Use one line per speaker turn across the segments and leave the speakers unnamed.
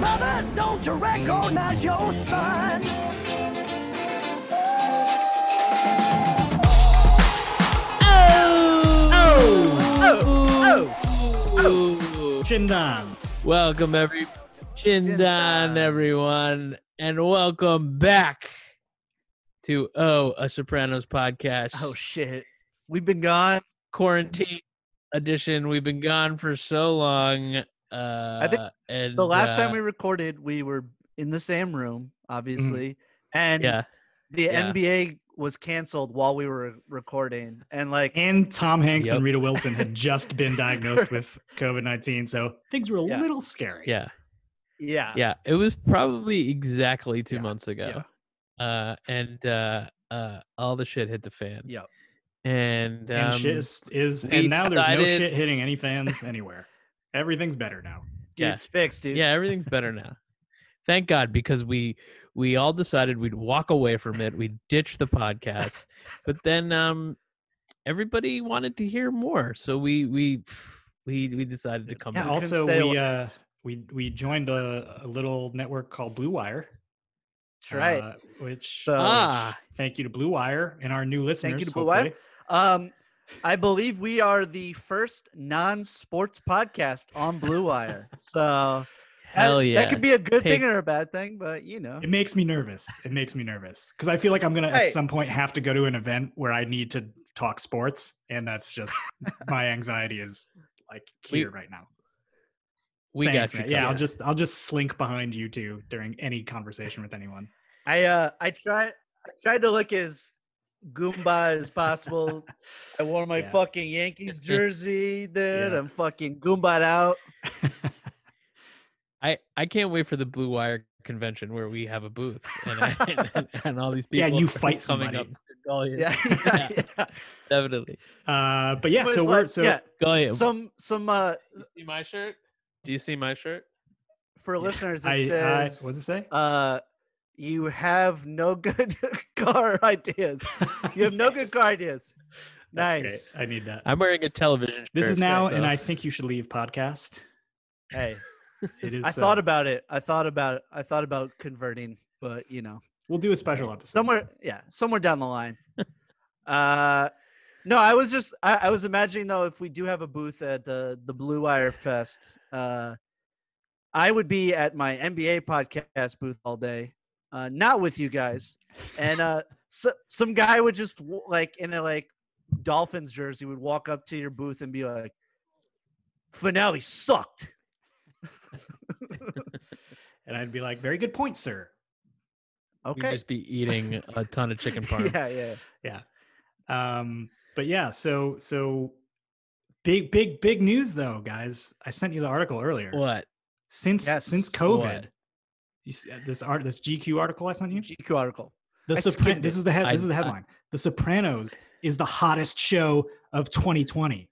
Mother, don't you recognize your son?
Chindan. Welcome every Chindan everyone and welcome back to Oh a Sopranos podcast.
Oh shit. We've been gone.
quarantine edition. We've been gone for so long. Uh I
think
and,
The last time
uh, Mm-hmm.
we recorded, we were in the same room, obviously. And
Yeah.
the
yeah.
NBA was canceled while we were recording. And like
and Tom Hanks
Yep.
and Rita Wilson had just been diagnosed with COVID 19. So things were a
Yeah.
little scary.
Yeah.
yeah.
Yeah. It was probably exactly two
Uh, Yeah,
months ago. Uh and uh uh all the shit hit the fan.
Yep.
And um,
And shit is, is
we
and now there's no
decided-
shit hitting any fans anywhere. Everything's better now.
Dude,
Yeah.
it's fixed, dude.
Yeah, everything's better now. Thank God, because we we all decided we'd walk away from it. We'd ditch the podcast, but then um, everybody wanted to hear more, so we we we we decided to come.
Yeah,
Yeah,
back.
all- couldn't
also
stay
we
away.
uh we we joined a, a little network called Blue Wire.
That's right.
uh, which,
So-
which-
Ah.
thank you to Blue Wire and our new listeners.
you to Blue Wire.
hopefully.
um I believe we are the first non-sports podcast on Blue Wire. So that-
Hell
that,
yeah!
could be a good
Take-
thing or a bad thing, but you know.
It makes me nervous. It makes me nervous because I feel like I'm gonna
Hey.
at some point have to go to an event where I need to talk sports, and that's just my anxiety is like
We-
here right now.
we
Thanks,
got
man.
you.
Yeah, I'll
covered.
just I'll just slink behind you two during any conversation with anyone.
I uh I tried I tried to look as Goomba as possible. I wore my
Yeah.
fucking Yankees jersey, dude.
Yeah.
I'm fucking Goomba'd out.
I I can't wait for the Blue Wire convention where we have a booth and I, and, and all these
Yeah,
people.
you
are
fight
coming up.
somebody.
to Gullion.
Yeah. yeah, yeah.
definitely.
Uh, but yeah,
But
so
it's
we're
like,
so
yeah,
Gullion.
some some uh
do you see my shirt? Do you see my shirt?
for listeners it
I, I
says
what does it say?
uh you have no good car ideas. You have no good
Yes.
car ideas.
That's great.
Nice.
I need that.
I'm wearing a television.
this
shirt,
is now,
so-
and I think you should leave podcast.
Hey,
It is.
I thought
uh,
about it. I thought about it. I thought about converting, but you know.
we'll do a special episode
somewhere yeah somewhere down the line uh no i was just I, I was imagining though if we do have a booth at the the blue wire fest uh i would be at my nba podcast booth all day uh not with you guys and uh so, some guy would just w- like in a like dolphins jersey would walk up to your booth and be like finale sucked
and I'd be like, "Very good point, sir."
We'd
okay
just be eating a ton of chicken parm.
yeah yeah
um but yeah so so big big big news though guys i sent you the article earlier
What?
since
Yes.
since
What?
covid you see this art this gq article i sent you
gq article
the
I
Sopran-
skimmed
this
it.
is the head
I-
this is the
I-
headline the sopranos is the hottest show of 2020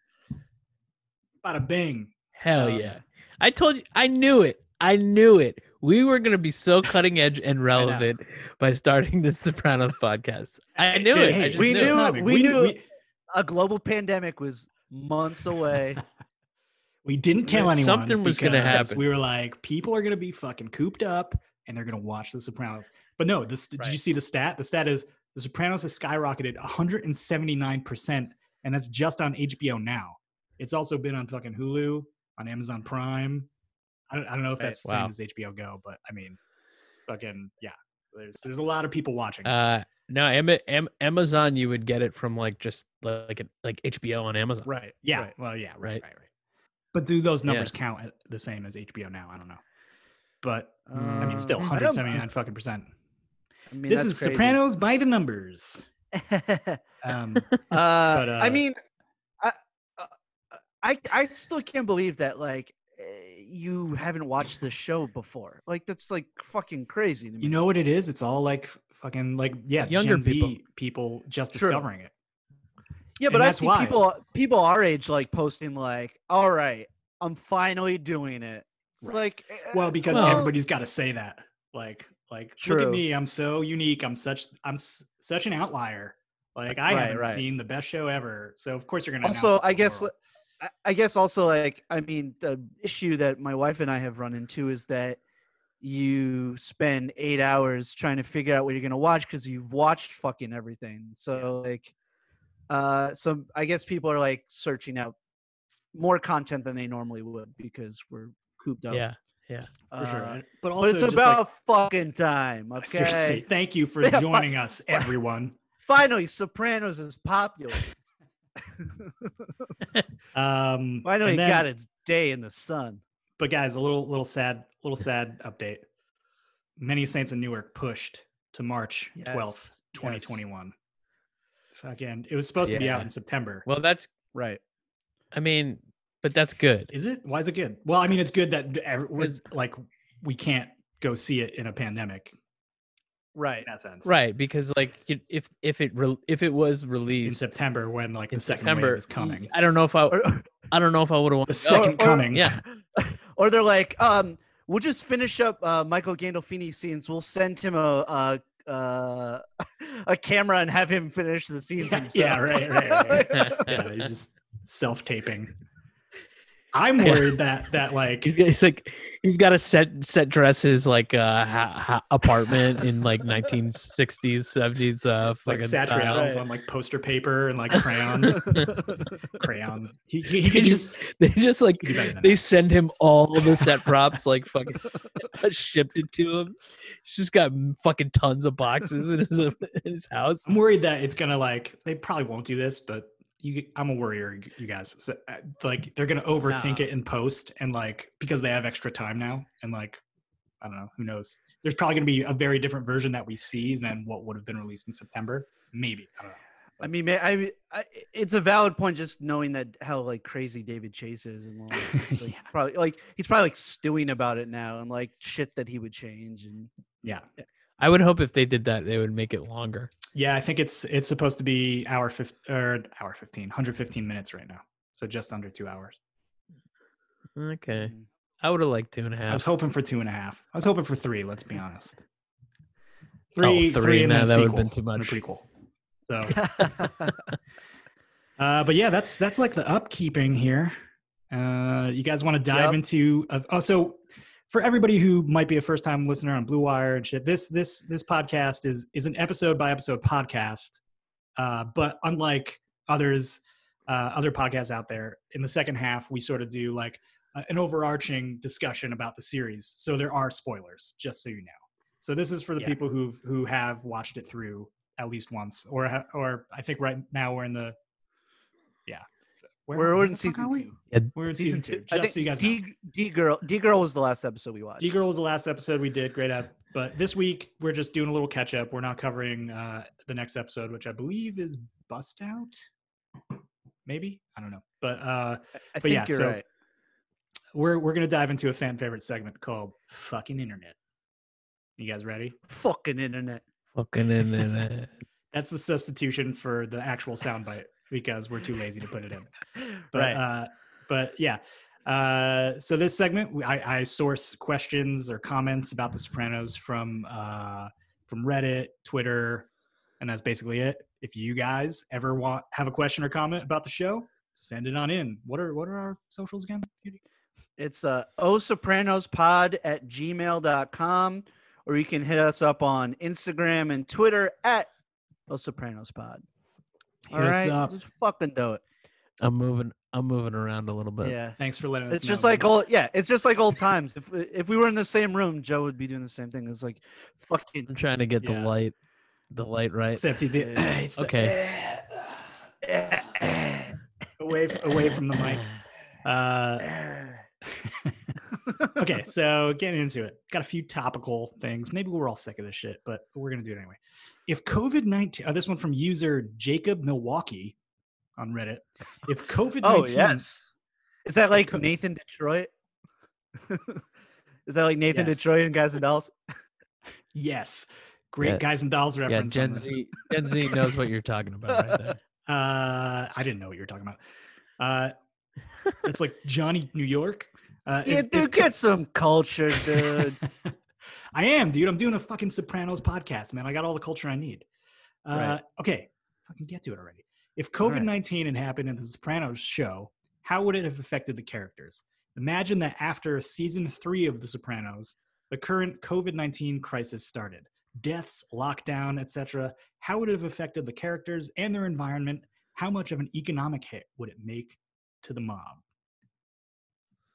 bada bing
Uh,
Hell
Um,
Oh, yeah! I told you. I knew it. I knew it. We were gonna be so cutting edge and relevant by starting the Sopranos podcast. I knew
Dude,
it. I
hey,
just
we
knew.
knew-
it.
timing.
we knew- a global pandemic was months away
We didn't
Yeah,
tell anyone
something was gonna
because
happen.
We were like, people are gonna be fucking cooped up and they're gonna watch The Sopranos. But no, this did you
Right.
see the stat? The stat is The Sopranos has skyrocketed 179 percent, and that's just on HBO now. It's also been on fucking Hulu, on Amazon Prime. I don't, I don't know if
Right.
that's the
Wow.
same as HBO Go, but I mean, fucking yeah. There's there's a lot of people watching.
Uh, no, Am- Am- Amazon. You would get it from like just like a, like HBO on Amazon.
right
yeah,
right.
well, yeah, right,
Right.
right, right. But do those
Yeah.
numbers count the same as HBO now? I don't know. But I mean, still
Um, I don't-
179 fucking percent.
I mean,
this
that's
is
crazy.
Sopranos by the numbers. Um,
uh,
But,
I
uh,
mean, I, uh, I I still can't believe that like eh, you haven't watched the show before. Like that's like fucking crazy to me.
you know what it is? It's all like fucking like yeah, it's
Younger
Gen Z
people.
people, just
True.
discovering it.
yeah,
and
but I
that's
see
why.
people people our age like posting like, "All right, I'm finally doing it." It's
Right.
like, eh,
Well, because
well,
everybody's got to say that. Like, like look
True.
at me, I'm so unique. I'm such I'm s- such an outlier. Like I
Right,
haven't
right.
seen the best show ever. So of course you're gonna. announce
also
it to
i
the
guess
world.
I- i guess also like i mean the issue that my wife and i have run into is that you spend eight hours trying to figure out what you're going to watch because you've watched fucking everything so like uh so i guess people are like searching out more content than they normally would because we're cooped up
Yeah.
for sure.
Uh,
And- But
but
also
it's
just, like,
about fucking time
seriously,
okay
thank you for
Yeah, fi-
joining us, everyone.
finally sopranos is popular
Um,
finally
and then-
got its day in the sun
But guys, a little little sad little sad update. Many Saints in Newark pushed to March twelfth,
Yes, yes.
twenty twenty one. Fucking, it was supposed to be out
Yeah.
in September.
Well, that's
right
I mean, but that's good.
Is it? Why is it good? Well, I mean, it's good that ev- we're,
Is-
like we can't go see it in a pandemic.
right
In that sense,
Right, because like it, if if it re- if it was
In
released
September, when like
in
the second
September
wave is coming,
I don't know if I
Or- or-
I don't know if I would have wanted to go.
the second
or-
coming.
Oh, Yeah.
or they're like, um, we'll just finish up uh, Michael Gandolfini scenes. We'll send him a a, uh, a camera and have him finish the scenes
Yeah,
himself.
yeah, right, right, right. yeah, he's just self taping. I'm worried that that like
He's, got- he's like he's got a set set dresses like uh, ha, ha, apartment in like 1960s 70s uh
like
fucking style.
Satrials
Right.
on like poster paper and like crayon, crayon. He, he, he
They
could just
just they just like
could do better than
they
that.
send him all the set props like fucking shipped it to him. He's just got m- fucking tons of boxes in his in his house.
I'm worried that it's gonna like they probably won't do this, but you, I'm a worrier, you- you guys. So, uh, like they're gonna overthink
Nah.
it in post, and like because they have extra time now, and like I don't know, who knows? There's probably gonna be a very different version that we see than what would have been released in September. Maybe I don't know.
I mean, ma- I, I, it's a valid point. Just knowing that how like crazy David Chase is, and like, it's, like,
Yeah.
probably like he's probably like stewing about it now and like shit that he would change. And
Yeah,
I would hope if they did that, they would make it longer.
yeah. I think it's it's supposed to be hour fif- or hour 15, 115 minutes right now. So just under two hours.
Okay,
Hmm.
Mm.
I would have liked two and a
I was
half.
hoping for two and a half. I was hoping for three. Let's be honest.
Oh,
Three,
three,
three, and
nah,
then a
that
sequel,
would've been too
and a
much.
prequel. So, uh, but yeah, that's that's like the upkeeping here. Uh, you guys want to dive
Yep.
into? Uh, oh, so for everybody who might be a first time listener on Blue Wire and shit, this this this podcast is is an episode by episode podcast. Uh, but unlike others, uh, other podcasts out there, in the second half, we sort of do like a- an overarching discussion about the series. So there are spoilers, just so you know. So this is for the
Yeah.
people who've who have watched it through at least once, or ha- or I think right now we're in the yeah. Where-
we're,
where
in
the fuck
season
are we?
two.
We're in
Season
season,
two.
two.
I
Just so you
think
guys know.
D D girl D girl was the last episode we watched.
D Girl was the last episode we did. Great up. But this week we're just doing a little catch up. We're not covering uh, the next episode, which I believe is Bust Out. Maybe I don't know, but uh,
I
but
think
yeah,
you're
so-
right.
we're we're gonna dive into a fan favorite segment called "Fucking Internet." You guys ready?
Fucking internet.
Fucking in in-
That's the substitution for the actual soundbite because we're too lazy to put it in. But,
right.
uh, but yeah. Uh, so this segment, we- I, I source questions or comments about The Sopranos from uh, from Reddit, Twitter, and that's basically it. If you guys ever want have a question or comment about the show, send it on in. What are what are our socials again? Beauty?
It's uh, osopranospod at gmail.com, or you can hit us up on Instagram and Twitter at osopranospod. All
Hit us
right,
up.
just fucking do it.
I'm moving. I'm moving around a little bit.
yeah,
Thanks for letting us.
it's just
know.
like old. Yeah, it's just like old times. If if we were in the same room, Joe would be doing the same thing. It's like fucking
Mm-hmm.
I'm trying to get
Yeah.
the light, the light right.
except he did.
Yeah.
it's the-
Uh, Okay.
away f- away from the mic. Uh, okay, so getting into it. Got a few topical things. Maybe we're all sick of this shit, but we're going to do it anyway. If COVID 19, oh, this one from user Jacob Milwaukee on Reddit. If COVID 19,
Oh yes. Is that like
co-
Nathan Detroit? Is that like Nathan
Yes.
Detroit and guys and dolls?
yes, great
Yeah.
guys and dolls
yeah,
reference. on
Gen
Reddit.
Z, Gen Z knows what you're talking about right there.
Uh, I didn't know what you were talking about. Uh, it's like Johnny New York. Uh,
Yeah,
if-
dude,
if co-
get some culture, dude.
I am, dude. I'm doing a fucking Sopranos podcast, man. I got all the culture I need. Uh,
Right.
Okay, fucking get to it already. If
All right.
COVID 19 had happened in the Sopranos show, how would it have affected the characters? Imagine that after season three of The Sopranos, the current COVID 19 crisis started. Deaths, lockdown, etc. How would it have affected the characters and their environment? How much of an economic hit would it make to the mob?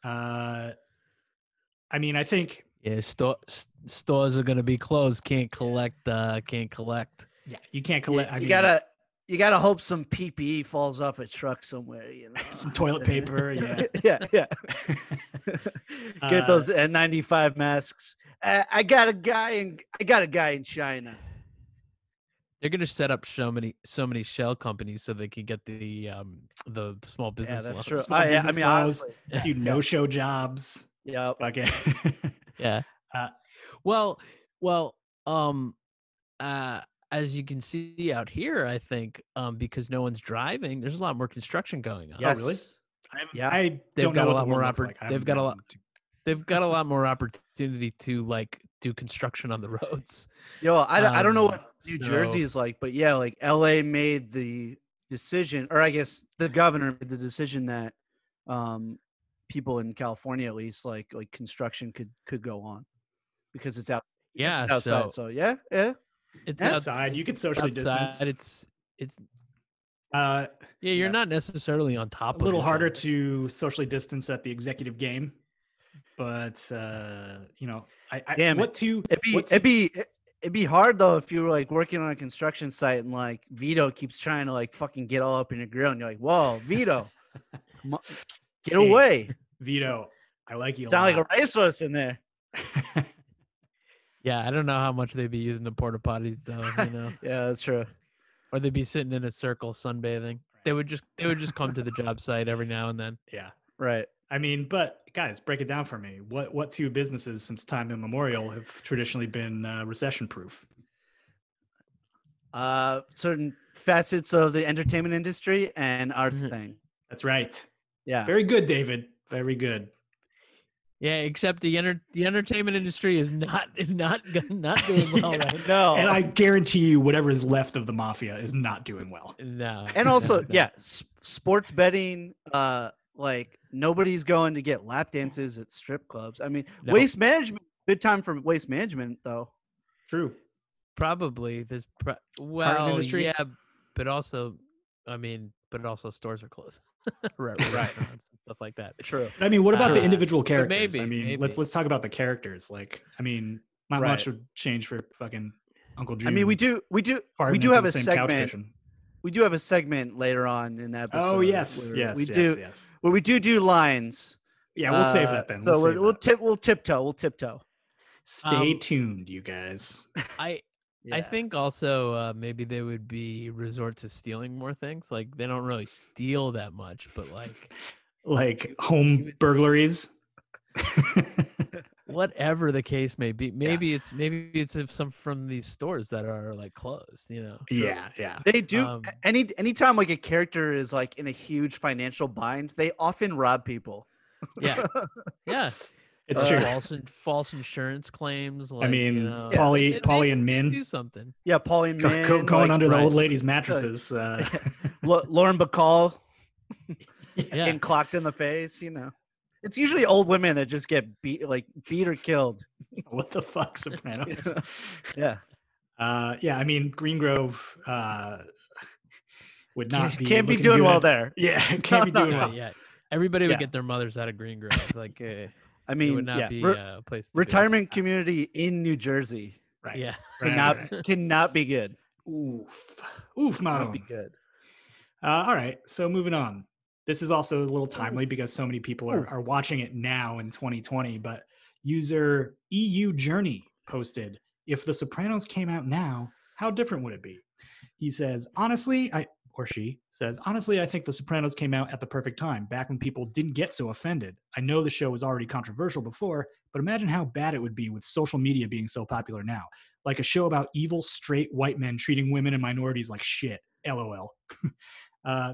Uh, I mean, I think
Yeah, store, s- stores are gonna be closed. Can't collect. Uh, can't collect.
Yeah, you can't
you
collect. I mean,
gotta you gotta hope some PPE falls off a truck somewhere, you know.
some toilet paper. Yeah,
yeah, yeah. Get
Uh,
those N95 masks. I, I got a guy in I got a guy in China.
They're gonna set up so many so many shell companies so they can get the um the small
Yeah,
business.
that's
loans.
true.
Small
I, I
business Oh,
mean,
laws.
honestly,
dude, no show jobs.
yeah.
Okay.
Yeah.
Uh,
well, well, um, uh, as you can see out here, I think um because no one's driving, there's a lot more construction going on.
Yes.
I haven't-
Yeah.
I don't
got
know
a
what the
lot more
world looks
oppor-
like. I
they've
haven't
got a
been
lot-
to-
They've got a lot more opportunity to like do construction on the roads.
Yo, I, don't- I don't know
Um,
what New
so-
Jersey is like, but yeah, like LA made the decision, or I guess the governor made the decision that um, people in California, at least, like like construction could could go on because it's out because
Yeah,
it's outside.
so
So, yeah, yeah,
it's
Outside, you could socially
outside.
distance.
It's it's
Uh,
yeah. You're
Yeah.
not necessarily on
a
top. of
little
each
harder
other.
to socially distance at the executive game, but uh, you know, I, I
Damn
what two?
it'd be
what two-
it'd be it- it'd be hard though if you were like working on a construction site and like Vito keeps trying to like fucking get all up in your grill, and you're like, whoa, Vito, come on, get
Hey,
away!
Vito. I like you. a
Sound like
lot.
a racehorse in there.
Yeah, I don't know how much they'd be using the porta potties though. You know.
Yeah, that's true.
or they'd be sitting in a circle sunbathing. They would just they would just come to the job site every now and then.
yeah.
Right.
I mean, but guys, break it down for me. What what two businesses since time immemorial have traditionally been uh, recession proof?
uh certain facets of the entertainment industry and our
Mhm.
thing
That's right.
yeah
Very good, David. Very good.
Yeah, except the enter- the entertainment industry is not is not g- not doing well
Yeah.
right
no
And I guarantee you, whatever is left of the mafia is not doing well.
now.
and also
No.
yeah s- sports betting uh like nobody's going to get lap dances at strip clubs i mean
No.
waste management good time for waste management though
True.
probably this pro- well
industry?
yeah, but also I mean, but also stores are closed. right, restaurants and stuff like that.
true
But I mean, what about the
Uh,
individual characters? I
maybe,
mean, let's
maybe.
let's talk about the characters. Like, I mean, not
Right.
much would change for fucking Uncle June.
i mean we do we do we
farting
do
into
have
the
a
same
segment we do have a segment later on in the episode
Oh yes,
where
yes,
we
yes,
do
yes.
where we do do lines
Yeah, we'll save
uh,
that then.
so
we'll
we're-
save
we'll
that.
tip we'll tiptoe we'll tiptoe
Stay
Um,
tuned, you guys.
I I
Yeah.
think also uh, maybe they would be resort to stealing more things. Like they don't really steal that much, but like
Like home burglaries.
whatever the case may be maybe it's maybe it's if some from these stores that are like closed you know
yeah, yeah.
They do a-
Um,
any anytime like a character is like in a huge financial bind, they often rob people.
yeah yeah
It's
Uh,
true.
false and false insurance claims like,
I mean,
you know,
Polly,
it
Polly,
may
and Min
do something
Yeah, Paulie and
go,
Min,
go- going
like,
under the
right.
old ladies' mattresses. Uh,
Lo- Lauren Bacall
yeah
getting clocked in the face. You know, it's usually old women that just get beat, like beat or killed.
what the fuck, Sopranos?
Yeah,
uh, yeah, I mean, Green Grove uh, would not
can't,
be
can't be
looking
doing well
good.
there.
Yeah, can't be
No,
doing
yeah,
well.
yeah. everybody would
Yeah.
get their mothers out of green grove like uh,
I
it
mean,
would not
yeah,
be
re-
uh, a place to be.
retirement community in New Jersey
Right.
yeah
Right,
cannot
right,
cannot be good.
right. Oof. Oof,
Cannot
Mom.
be good.
Uh, all right. So moving on. This is also a little timely because so many people are, are watching it now in 2020. But user EU Journey posted, if The Sopranos came out now, how different would it be? He says, honestly, I or she says, honestly, I think The Sopranos came out at the perfect time, back when people didn't get so offended. I know the show was already controversial before, but imagine how bad it would be with social media being so popular now. Like a show about evil, straight white men treating women and minorities like shit. LOL. uh,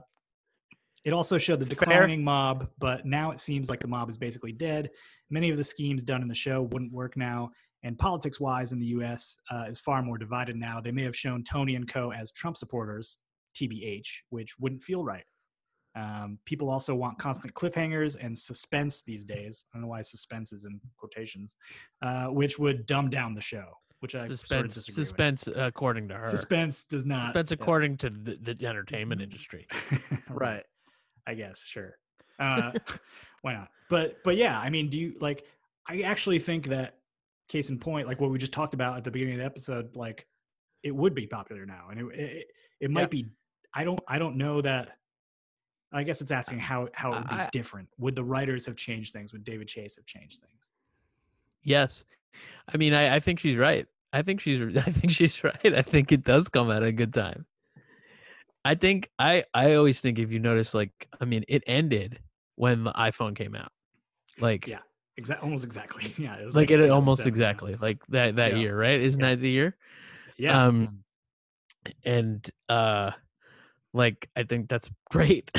it also showed the
Fair.
declining mob, but now it seems like the mob is basically dead. Many of the schemes done in the show wouldn't work now, and politics wise in the US uh, is far more divided now. They may have shown Tony and co as Trump supporters, TBH, which wouldn't feel right. Um, people also want constant cliffhangers and suspense these days. I don't know why suspense is in quotations, uh, which would dumb down the show, which I sort of
suspense,
disagree with.
suspense, according to her.
Suspense uh, Mm-hmm. does not.
Suspense according to the, the entertainment industry.
oh.
Right.
I guess, sure. Uh, why not? But but yeah, I mean, do you like? I actually think that case in point, like what we just talked about at the beginning of the episode, like it would be popular now, and it it, it might
Yeah.
be. I don't I don't know that. I guess it's asking how how it would be
I-
different. Would the writers have changed things? Would David Chase have changed things?
Yes, I mean, I, I think she's right. I think she's, I think she's right. I think it does come at a good time. I think I, I always think if you notice, like, I mean, it ended when the iPhone came out, like,
Yeah, Exactly, almost exactly. Yeah, it was
like it almost
2007, yeah.
exactly like that that
Yeah.
year, right? Isn't that the year?
Yeah,
Um, and uh, like I think that's great.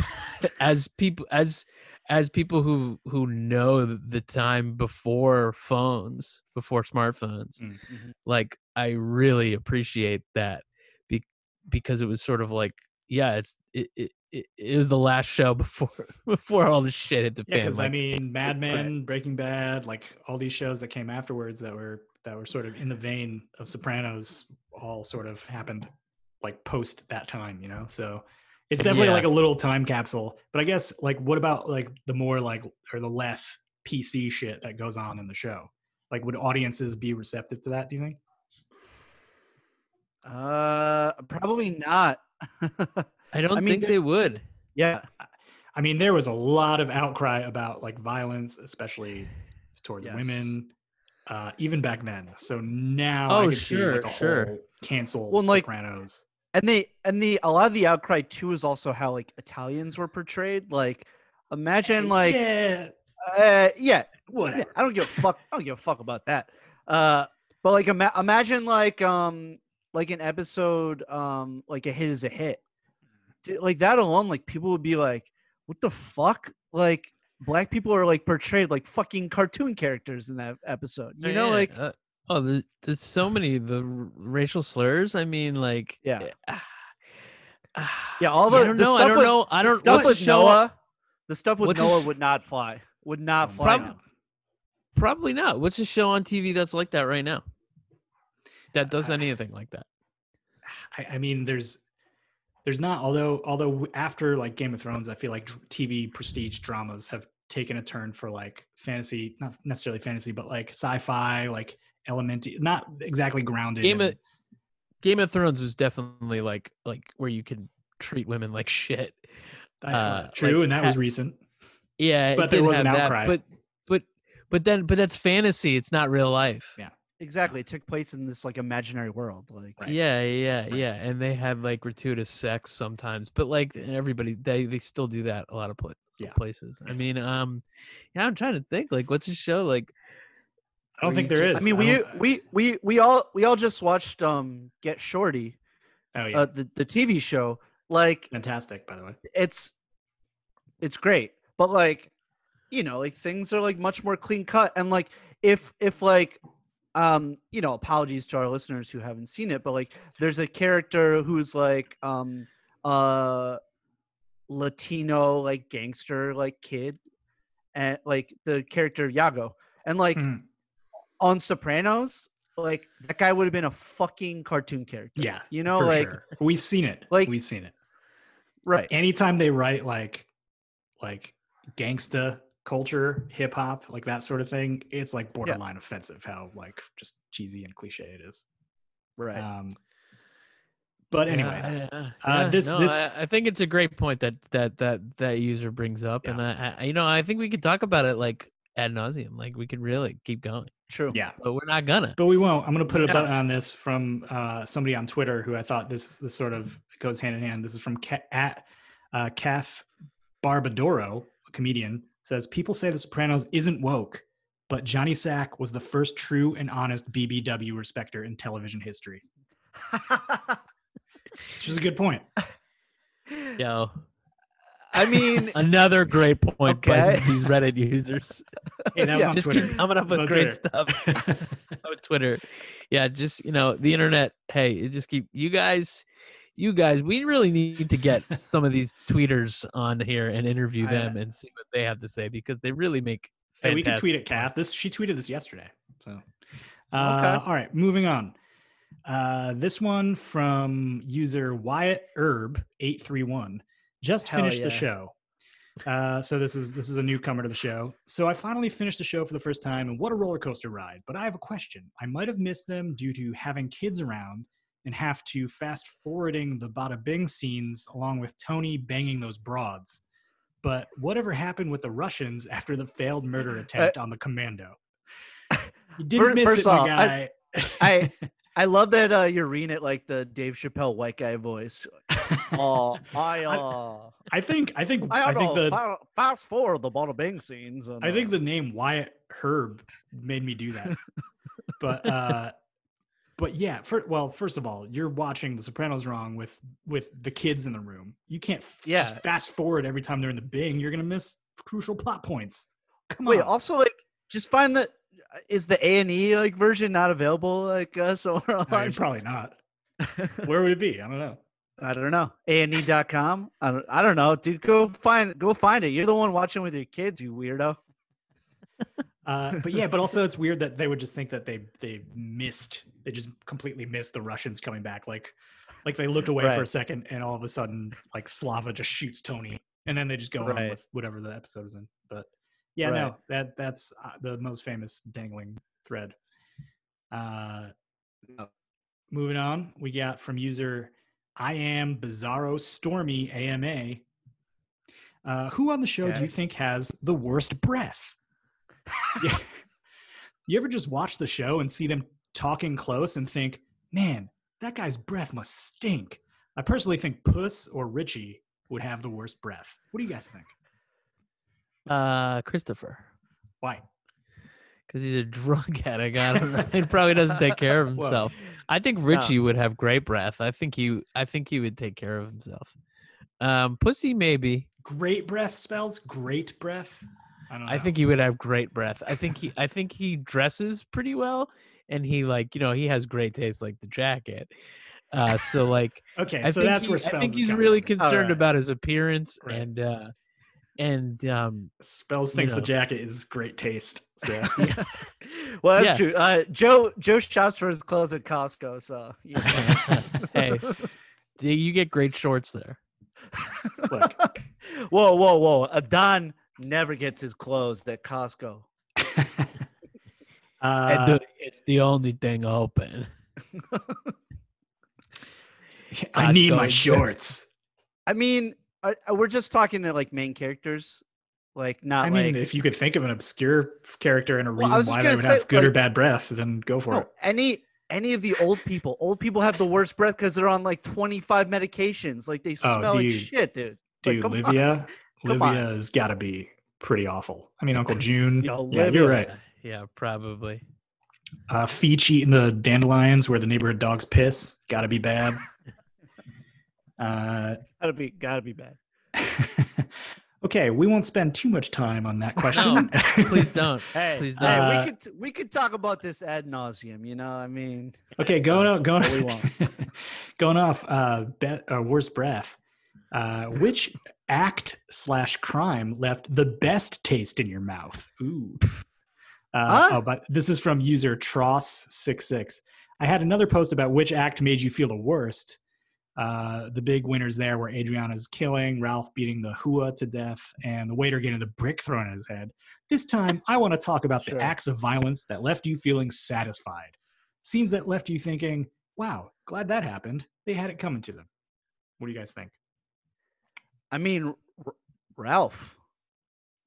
as people, as as people who who know the time before phones, before smartphones,
Mm.
like I really appreciate that be- because it was sort of like yeah, it's it it, it, it was the last show before before all the shit hit the
Yeah,
fan.
because I
like,
mean, Mad
Right.
Men, Breaking Bad, like all these shows that came afterwards that were that were sort of in the vein of Sopranos, all sort of happened like post that time, you know. So it's definitely
Yeah.
like a little time capsule. But I guess like, what about like the more like or the less PC shit that goes on in the show? Like, would audiences be receptive to that? Do you think?
Uh, probably not.
I don't
I mean,
think
there-
they would.
yeah.
I mean, there was a lot of outcry about like violence, especially towards
Yes.
women, uh, even back then. So now, I
Oh,
could see, like,
sure,
a
sure.
whole cancel
Well, and, like-
Sopranos.
and they and the a lot of the outcry too is also how like Italians were portrayed. Like, imagine like yeah,
yeah,
uh, yeah,
whatever.
yeah, I don't give a fuck. I don't give a fuck about that. Uh, but like ima- imagine like um like an episode um like a hit is a hit, Dude, like that alone like people would be like, what the fuck? Like black people are like portrayed like fucking cartoon characters in that episode. You
Oh,
know
yeah,
like
uh, oh, the, there's so many the r- racial slurs. I mean, like
Yeah.
eh, ah, ah,
Yeah, all
I
the-
don't
the
know. I
stuff
don't
with-
know. I
the
don't.
stuff
what's
with
the show-
Noah. The stuff with
what's the
Noah
sh-
would not fly. Would
Uh,
not
So
fly.
why
now.
not?
Probably not. What's a show on TV that's like that right now? That does
Uh,
anything like that?
I, I mean, there's there's not. Although although w- after like Game of Thrones, I feel like dr- TV prestige dramas have taken a turn for like fantasy, not necessarily fantasy, but like sci-fi, like elementary, not exactly grounded.
Game of
in-
Game of Thrones was definitely like like where you could treat women like shit.
I-
uh,
true,
like,
and that
ha-
was recent.
Yeah, it
But there
did
was an
have that,
outcry.
But but but then but that's fantasy. It's not real life.
Yeah.
Exactly. It took place in this like imaginary world. Like
Right.
Yeah, yeah, yeah. And they have like gratuitous sex sometimes, but like everybody, they they still do that a lot of pla-
Yeah.
places. I mean, um, yeah, I'm trying to think like what's a show like?
I don't
where
think
you
there is.
just-
I mean,
I
we
don't-
we we we all we all just watched um Get Shorty,
Oh yeah,
uh, the the TV show. Like
fantastic. By the way,
it's it's great, but like you know, like things are like much more clean cut and like if if like um you know, apologies to our listeners who haven't seen it, but like there's a character who's like um uh Latino like gangster like kid and like the character Yago and like
Mhm.
on Sopranos, like that guy would have been a fucking cartoon character.
yeah,
You know,
for
like
sure. we've seen it.
like-
we've seen it.
right.
Anytime they write like, like gangsta culture, hip hop, like that sort of thing, it's like borderline uh, offensive. How like just cheesy and cliche it is.
Right.
Um, But
Yeah,
anyway,
I-
uh, this- this-
I, I think it's a great point that that that that user brings up, and I, I, you know, I think we could talk about it like ad nauseum. Like we could really keep going,
True.
yeah.
but we're not gonna.
But we won't. I'm going to put a
Yeah.
button on this from uh, somebody on Twitter who I thought this this sort of goes hand in hand. This is from Ca- at uh, Caf Barbadoro, a comedian, says people say The Sopranos isn't woke, but Johnny Sack was the first true and honest BBW respecter in television history. Which is a good point.
Yo,
I mean,
another great point
Okay.
by these Reddit users.
Hey, that was
Yeah,
on
just
Twitter.
keep coming up with
On
great
Twitter.
stuff on Twitter. Yeah, just you know, the internet. Hey, it just keep you guys, you guys. We really need to get some of these tweeters on here and interview
I-
them and see what they have to say because they really make.
Hey, we can
fantastic
tweet at Kath. This she tweeted this yesterday. So, uh, all right, moving on. Uh, this one from user Wyatt Herb eight three one. Just
Hell
finished
yeah.
the show. Uh, so this is this is a newcomer to the show. So I finally finished the show for the first time, and what a roller coaster ride! But I have a question. I might have missed them due to having kids around and have to fast forwarding the bada bing scenes along with Tony banging those broads. But whatever happened with the Russians after the failed murder attempt on the commando? You didn't
Uh, fir-
miss
first
it, my
off, I-
guy.
I I love that uh, you're reading it like the Dave Chappelle white guy voice. Oh, I uh,
I think I think
I
I,
don't
think
know.
the
fa- fast forward the bottle bang scenes. And,
I think
uh,
the name Wyatt Herb made me do that. but uh but yeah, for, well, first of all, you're watching The Sopranos wrong with with the kids in the room. You can't f-
Yeah.
just fast forward every time they're in the Bing. You're gonna miss crucial plot points. Come
Wait,
on.
also like just find the is the A and E like version not available like uh, somewhere
I mean,
online?
probably not. Where would it be? I don't know.
I don't know. A and E.com. I don't. I don't know, dude. Go find. Go find it. You're the one watching with your kids. You weirdo.
Uh, but yeah, but also it's weird that they would just think that they they missed they just completely missed the Russians coming back. Like like they looked away for a
Right.
second and all of a sudden like Slava just shoots Tony and then they just go on
Right.
with whatever the episode is in. But yeah, no,
Right.
that that's uh, the most famous dangling thread. Uh, moving on, we got from user I am Bizarro Stormy AMA. Uh, who on the show do
Okay.
you think has the worst breath? yeah. You ever just watch the show and see them talking close and think, man, that guy's breath must stink? I personally think Puss or Richie would have the worst breath. What do you guys think?
Uh, Christopher,
Why?
because he's a drug addict. I don't know. He probably doesn't take care of
Whoa.
himself. I think Richie would have great breath. I think he, I think he would take care of himself. Um, Pussy maybe.
Great breath spells, great breath. I don't know.
I think he would have great breath. I think he, I think he dresses pretty well, and he like, you know, he has great taste, like the jacket. Uh, so like,
okay,
I
so
think
that's
he-
where spells.
I think
is
he's
coming
really
from.
concerned
Alright.
about his appearance
Right.
and, uh, and um,
spells.
you
Thinks the
know.
jacket is great taste. So
Well, that's
Yeah.
true. Uh, Joe Joe shops for his clothes at Costco. So you know.
hey, you get great shorts there.
look,
whoa, whoa, whoa. A Don never gets his clothes at Costco.
And
uh,
the- it's the only thing open.
I need my
Costco.
shorts.
I mean, I, I- we're just talking to like main characters, like not
I mean,
like
if you could think of an obscure character and a
Well,
reason
I was just
why they
gonna
would
say,
have good or
like-
bad breath, then go for
no,
it.
any any of the old people. Old people have the worst breath because they're on like twenty five medications. Like they smell like
Oh, dude.
shit, dude. Like,
Dude,
come on.
Livia,
Come on.
Livia has got to be pretty awful. I mean, Uncle June.
Yo,
yeah,
Livia.
you're right.
Yeah, probably.
Uh, Feech eating the dandelions where the neighborhood dogs piss. Got to be bad. uh,
Gotta be gotta be bad.
okay, we won't spend too much time on that question.
Please don't.
Hey,
Please
hey,
don't. Uh,
we could t- we could talk about this ad nauseum. You know, I mean,
Okay, going off, going,
What we want.
going off. Uh, be, uh, worst breath. Uh, which act slash crime left the best taste in your mouth? Ooh. Uh,
Huh?
Oh, but this is from user Tross six six. I had another post about which act made you feel the worst. Uh, the big winners there were Adriana's killing, Ralph beating the hua to death, and the waiter getting the brick thrown at his head. This time, I want to talk about
Sure.
the acts of violence that left you feeling satisfied. Scenes that left you thinking, wow, glad that happened. They had it coming to them. What do you guys think?
I mean, R- Ralph.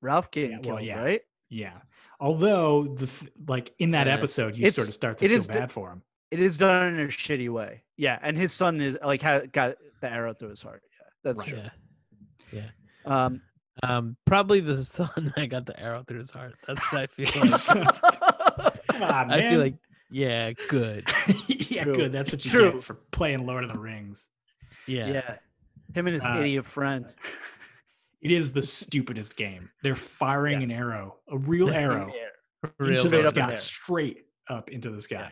Ralph getting
Yeah, well,
killed,
yeah.
right?
Yeah. Although the th- like in that
Uh,
episode, you
it's-
sort of start to
it
feel
is d-
bad for him.
It is done in a shitty way. Yeah, and his son is like ha- got the arrow through his heart. Yeah, that's
Right.
true.
Yeah.
Um,
Um, probably the son that got the arrow through his heart. That's what I feel like.
Come on, man.
I feel like, yeah, good.
yeah,
True.
good. That's what you
True.
get for playing Lord of the Rings.
Yeah.
yeah. him and his
Uh,
idiot friend.
It is the stupidest game. They're firing an arrow, a real arrow,
Real
into the
Straight up in
good.
sky,
there.
straight up into the sky.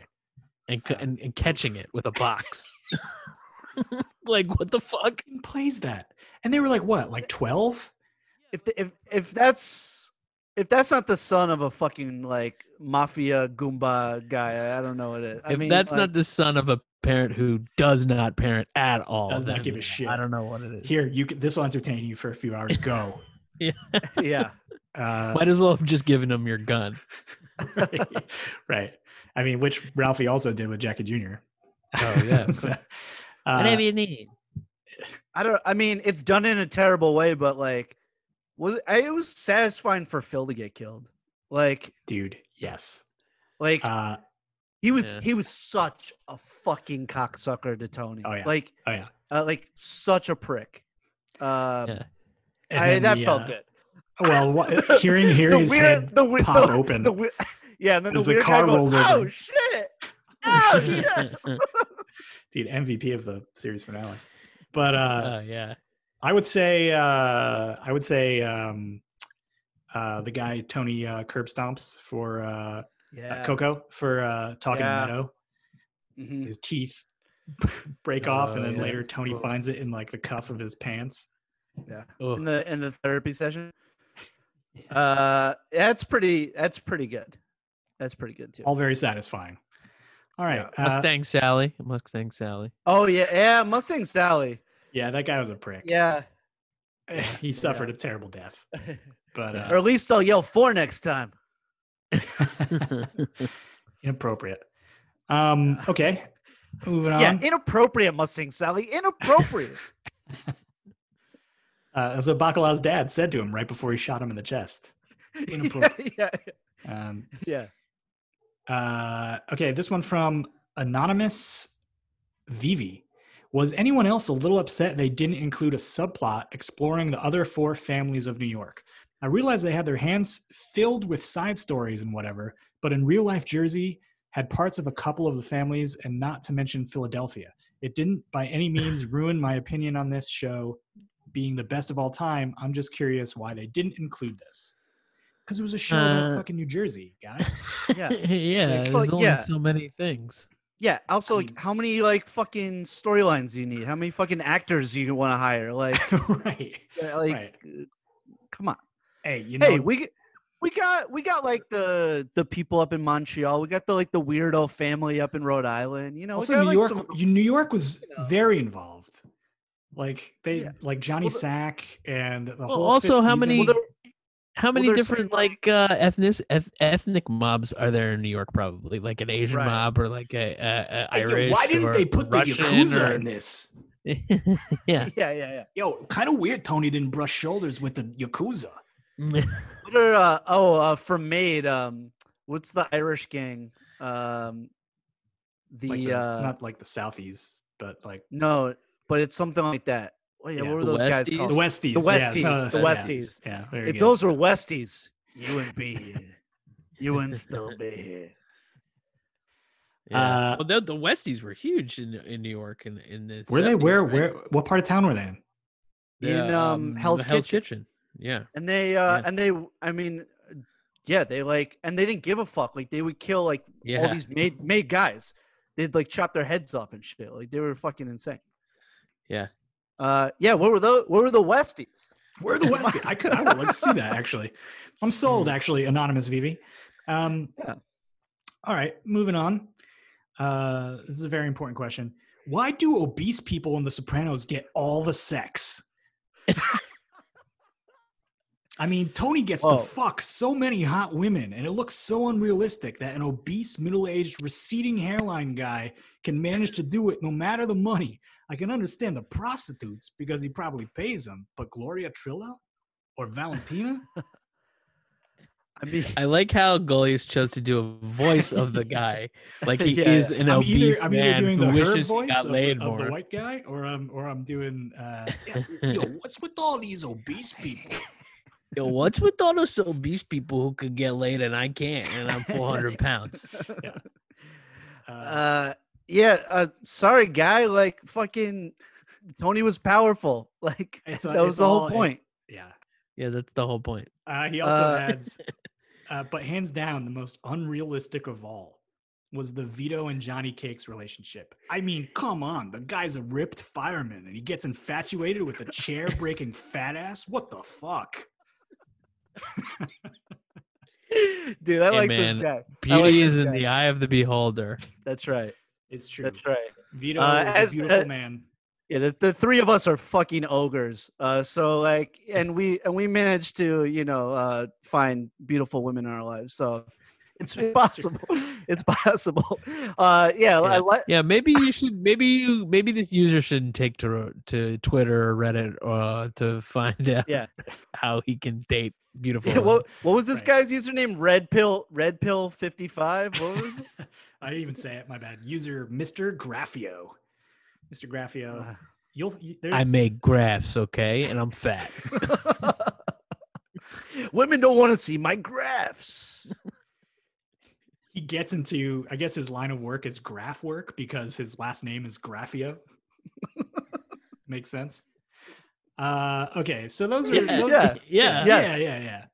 and, c- and, and catching it with a box. like, what the fuck?
Who plays that? And they were like, what, like twelve?
If the, if if that's if that's not the son of a fucking like mafia goomba guy, I don't know what it. I
if
mean,
that's
like,
not the son of a parent who does not parent at all,
Does not
then
give a shit.
I don't know what it is.
Here, you. c- This will entertain you for a few hours. Go.
yeah.
Uh,
Might as well have just given him your gun.
right. right. I mean, which Ralphie also did with Jackie Jr.
Oh yeah.
So, uh,
Whatever you need.
I don't. I mean, it's done in a terrible way, but like, was I, it was satisfying for Phil to get killed. Like,
dude, yes.
like
Uh,
he was
yeah.
he was such a fucking cocksucker to Tony.
Oh, yeah.
Like,
oh yeah.
uh, like such a prick. Uh,
Yeah.
And
I,
then
that
the,
felt
uh,
good.
Well, wha- hearing hearing his head
the weird,
pop open.
The weird, yeah, and then the
As the
weird
car
guy
rolls
goes,
over. uh,
Oh shit! Oh shit!
dude mvp of the series finale but uh
oh yeah.
i would say uh i would say um uh the guy tony uh curb stomps for uh
Yeah.
coco for uh talking
Yeah.
to meadow
mhm.
his teeth break off and
Oh,
then
yeah.
later tony
Cool.
finds it in like the cuff of his pants
Oh,
in the in the therapy session. Uh, that's pretty. That's pretty good. That's pretty good too.
all very satisfying all right yeah, uh,
Mustang Sally. Mustang Sally.
Oh yeah, yeah. Mustang Sally.
uh, yeah that guy was a prick
Yeah,
he suffered a terrible death but
or
uh,
at least I'll yell four next time.
inappropriate um okay moving on
yeah, inappropriate Mustang Sally. Inappropriate.
Uh, that's what Bacalao's dad said to him right before he shot him in the chest.
yeah, yeah,
Um,
yeah.
uh, okay, this one from Anonymous Vivi. Was anyone else a little upset they didn't include a subplot exploring the other four families of New York? I realized they had their hands filled with side stories and whatever, but in real life Jersey had parts of a couple of the families and not to mention Philadelphia. It didn't by any means ruin my opinion on this show being the best of all time. I'm just curious why they didn't include this. Because it was a show about
Uh,
fucking New Jersey, guy.
Yeah.
yeah. There's
like,
only
yeah.
so many things.
Yeah. Also, like,
mean-
how many like fucking storylines do you need? How many fucking actors do you want to hire? Like,
right.
uh, like,
Right.
uh, come on.
Hey, you know,
Hey, we g- we got we got like the the people up in Montreal. We got the like the weirdo family up in Rhode Island. You know, we
also
got,
New
like,
York.
some-
you- New York was
you know.
very involved. Like they,
Yeah.
like Johnny
Well, the-
Sack and the
Well,
whole.
also,
fifth
how
season-
many-
well, there,
How many
there's some,
different
um
like uh, ethnic eth- ethnic mobs are there in New York? Probably like an Asian
Right.
mob or like a, a, a
Hey, yo,
Irish.
why didn't
or
they put
Russian
the yakuza
or-
in this?
yeah.
yeah, yeah, yeah.
Yo, kind of weird. Tony didn't brush shoulders with the yakuza.
What are uh, oh uh, from Maid? Um, what's the Irish gang? Um, the,
Like
uh,
not like the Southies, but like
no, but it's something like that. Oh
Yeah.
yeah, what were
The
those
Westies?
guys called?
the Westies.
the
yeah,
Westies,
so-
the
yeah,
Westies.
Yeah, very
If
good.
those were Westies, you wouldn't be here. You wouldn't still be here.
Yeah.
Uh,
well, the, the Westies were huge in in New York and in the
were they
70s,
where?
right?
Where? What part of town were they in?
In,
The,
um,
the
Hell's Kitchen.
Yeah.
And they uh
Yeah.
and they I mean uh, yeah, they like and they didn't give a fuck. Like they would kill like all
Yeah.
these made made guys. They'd like chop their heads off and shit. Like they were fucking insane.
Yeah.
Uh yeah, what were the what were the Westies?
Where are the Westies? I could. I would like to see that actually. I'm sold. Actually, anonymous Vivi. Um,
Mm. Yeah.
All right, moving on. Uh, this is a very important question. Why do obese people in The Sopranos get all the sex? I mean, Tony gets
Whoa.
to fuck so many hot women, and it looks so unrealistic that an obese, middle aged, receding hairline guy can manage to do it no matter the money. I can understand the prostitutes because he probably pays them, but Gloria Trillo or Valentina?
I mean,
I like how Gullius chose to do a voice of the guy, like he
Yeah.
is an
I'm
obese
either, I'm either
man
doing
who
the her
wishes he
voice
got
of,
laid
the, of the
more.
white guy, or I'm, or I'm doing, uh, yo, what's with all these obese people?
Yo, what's with all those obese people who could get laid and I can't, and I'm 400 pounds?
Uh,
uh, yeah. Uh, sorry, guy. Like fucking Tony was powerful. Like
It's a-
that was
it's
the
all-
whole
it-
point.
yeah.
Yeah, that's the whole point.
Uh, he also
Uh,
adds, uh, but hands down, the most unrealistic of all was the Vito and Johnny Cakes relationship. I mean, come on, the guy's a ripped fireman and he gets infatuated with a chair breaking fat ass. What the fuck?
Dude, I
Hey,
like
man.
this guy.
Beauty
this
is in
guy.
the eye of the beholder.
That's right.
It's true.
That's right.
Vito
Uh,
is
as-
a beautiful
uh,
man.
Yeah, the, the three of us are fucking ogres. Uh, so like, and we and we managed to, you know, uh, find beautiful women in our lives. So it's possible. it's possible. Uh, yeah, I like.
Yeah, maybe you should. Maybe you. Maybe this user shouldn't take to to Twitter or Reddit uh, to find out
Yeah.
how he can date beautiful.
Yeah,
women.
what what was this
Right.
guy's username? Red pill. Red pill fifty five. What was it?
I didn't even say it. My bad. User Mr. Graffio. Mr. Graffio.
Ah.
You'll, you, there's,
I make graphs, okay, and I'm fat.
Women don't want to see my graphs.
he gets into, I guess his line of work is graph work because his last name is Graffio. Makes sense. Uh, okay, so those are those
yeah.
yeah, yeah.
Yes.
yeah, yeah, yeah.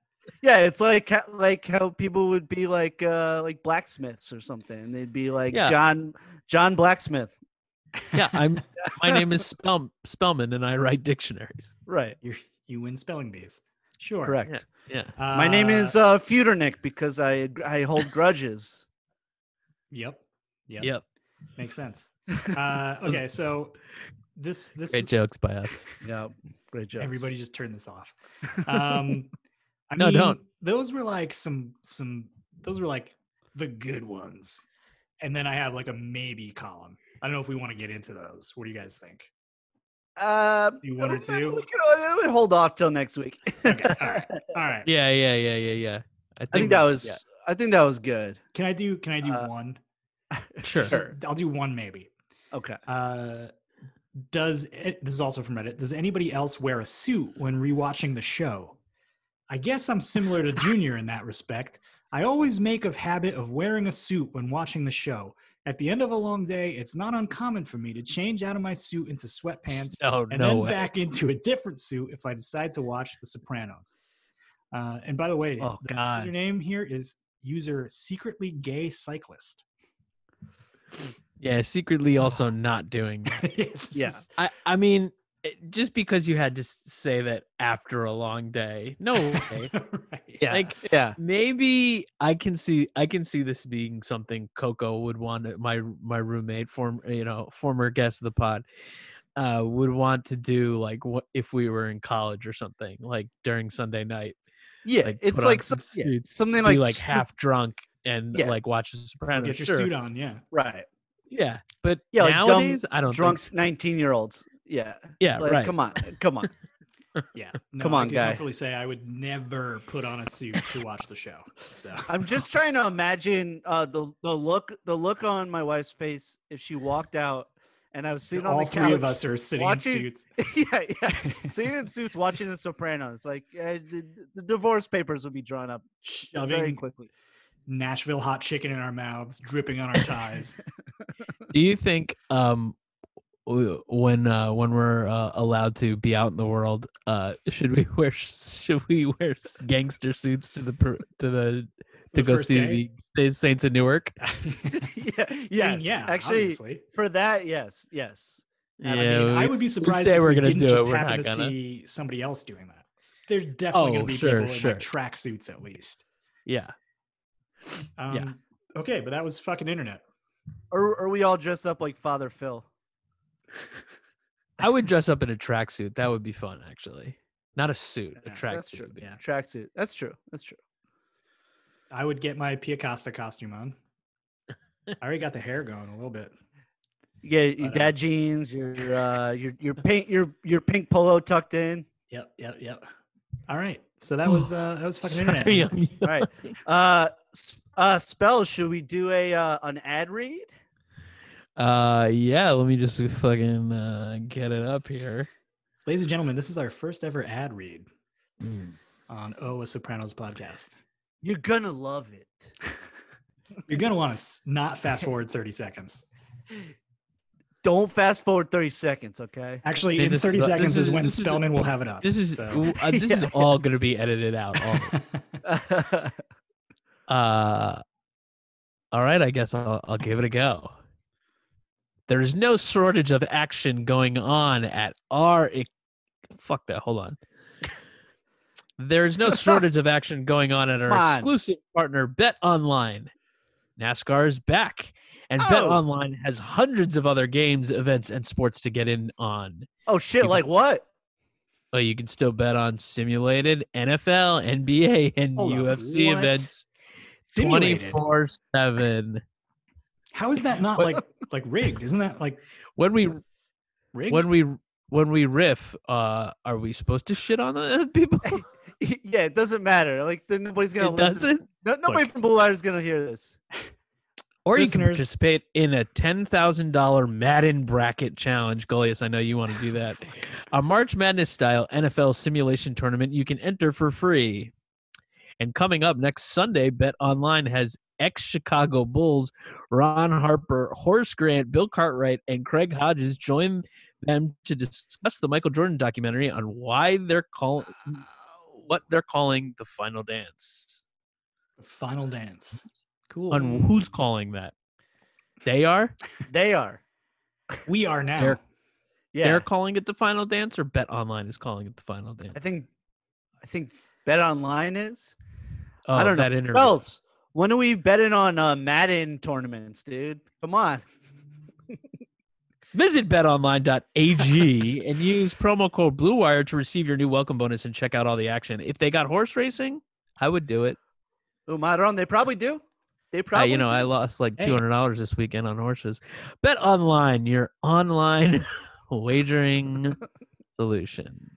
Yeah, it's like ho- like how people would be like uh like blacksmiths or something. and They'd be like
Yeah.
John John Blacksmith.
Yeah, I'm. My name is Spell, Spellman, and I write dictionaries.
Right.
You you win spelling bees. Sure.
Correct.
Yeah,
Uh,
My name is uh Feudernick because I I hold grudges.
Yep. Yep.
yep.
Makes sense. Uh, okay, so this this
Great jokes by us.
Yeah. Great job.
everybody just turn this off. Um, I
No, don't.
mean, Those were like some some. Those were like the good ones, and then I have like a maybe column. I don't know if we want to get into those. What do you guys think?
uh
You one or
we can-
two?
we can- we can hold off till next week.
Okay. All right. All right.
Yeah, yeah, yeah, yeah, yeah.
I think that
we-
was I think that was good.
Can I do? Can I do
Uh,
one?
yeah. sure.
Just- I'll do one maybe.
Okay.
Uh, does it, this is also from Reddit? Does anybody else wear a suit when rewatching the show? I guess I'm similar to Junior in that respect. I always make a habit of wearing a suit when watching the show. At the end of a long day, it's not uncommon for me to change out of my suit into sweatpants
Oh
and
no
then
way.
back into a different suit if I decide to watch The Sopranos. Uh, and by the way,
Oh,
the
God.
username here is user secretly gay cyclist.
Yeah, secretly also not doing that.
This
Yeah.
is-
I I mean, it- just because you had to s- say that after a long day, no way.
right.
Yeah.
Like,
yeah.
Maybe I can see I can see this being something Coco would want to- my my roommate form you know former guest of the pod uh would want to do like what if we were in college or something like during Sunday night
Yeah.
like
it's
put on
like some,
some
yeah,
suits,
something
be
like
like,
stu-
half drunk and
Yeah.
like watch the Sopranos
Get your
sure.
suit on, yeah.
right.
yeah but
Yeah, like dumb,
nowadays I don't
Drunk
think so.
nineteen year olds. Yeah.
yeah
Like,
right
Come on. Come on.
Yeah. No,
Come
I
on,
can
guy.
Confidently say I would never put on a suit to watch the show. So
I'm just trying to imagine uh, the the look the look on my wife's face if she walked out and I was sitting
all
on the
three
couch.
of us are sitting
watching-
in suits.
yeah, yeah. Sitting in suits, watching The Sopranos. Like uh, the, the divorce papers would be drawn up very
Shoving
quickly.
Nashville hot chicken in our mouths, dripping on our ties.
Do you think um w- when uh when we're uh, allowed to be out in the world uh should we wear should we wear s- gangster suits to the per- to the to
The
go
first
see
day?
the the Saints of Newark?
yeah.
I mean,
Yes.
yeah.
Actually,
obviously.
for that, yes, yes.
I, mean, I would be surprised
say
if
we're
we
gonna
didn't
do it,
just
we're
happen
not
to
gonna.
see somebody else doing that. There's definitely going
Oh,
to be
sure,
people
sure.
in like tracksuits at least.
yeah.
Um, Okay, but that was fucking internet.
Or are we all dressed up like Father Phil?
I would dress up in a tracksuit. That would be fun actually. Not a suit, a
Yeah,
tracksuit.
that's true.
Yeah.
Tracksuit. That's true. That's true.
I would get my Pia Costa costume on. I already got the hair going a little bit.
Yeah,
But,
your
uh,
dad jeans, your uh, your your pink your your pink polo tucked in.
Yep, yep, yep. All right. So that was uh that was fucking internet.
Sorry, I'm
All right. Uh, s- uh, spell. Should we do a uh, an ad read?
Uh, yeah. Let me just fucking uh, get it up here.
Ladies and gentlemen, this is our first ever ad read
Mm.
on Oh a Sopranos podcast.
You're gonna love it.
You're gonna want to not fast forward 30 seconds.
Don't fast forward thirty seconds, okay?
Actually,
Hey,
in
this
30
is a-
seconds
this
is,
is-
when
this is a-
Spellman will have it up.
This is
so.
w- uh, this is
Yeah.
all gonna be edited out. All of it. Uh, all right. I guess I'll, I'll give it a go. There is no shortage of action going on at our. e- Fuck that. Hold on. There is no shortage of action going on at our
Come on.
exclusive partner, Bet Online. NASCAR is back, and Bet
Oh.
Online has hundreds of other games, events, and sports to get in on.
oh shit! Like what?
Well, you can still bet on simulated NFL, NBA, and
Hold on,
UFC
what?
events
Simulated?
24 7.
How is that not
What-
like like rigged? Isn't that like
When we
rigged?
when we when we riff, uh, are we supposed to shit on the people?
yeah, it doesn't matter. Like then nobody's gonna
it
listen.
doesn't.
No, nobody from Blue Wire's gonna hear this.
Or you can
Listeners-
participate in a ten thousand dollar Madden bracket challenge, Goliath. I know you want to do that. a March Madness style NFL simulation tournament you can enter for free. And coming up next Sunday, Bet Online has ex Chicago Bulls Ron Harper, Horace Grant, Bill Cartwright, and Craig Hodges join them to discuss the Michael Jordan documentary on why they're calling what they're calling the final dance.
Final Dance. Cool.
On who's calling that? They are?
They are.
we are now.
They're-
Yeah.
They're calling it the final dance or Bet Online is calling it the final dance?
I think. I think Bet Online is.
Oh,
I don't know.
that interview.
Spells. When are we betting on uh, Madden tournaments, dude? Come on.
Visit betonline.ag and use promo code BlueWire to receive your new welcome bonus and check out all the action. If they got horse racing, I would do it.
Umaron, they probably do. They
Uh,
probably.
you know, I
do.
lost like
Hey.
$200 this weekend on horses. Bet Online, your online wagering solution.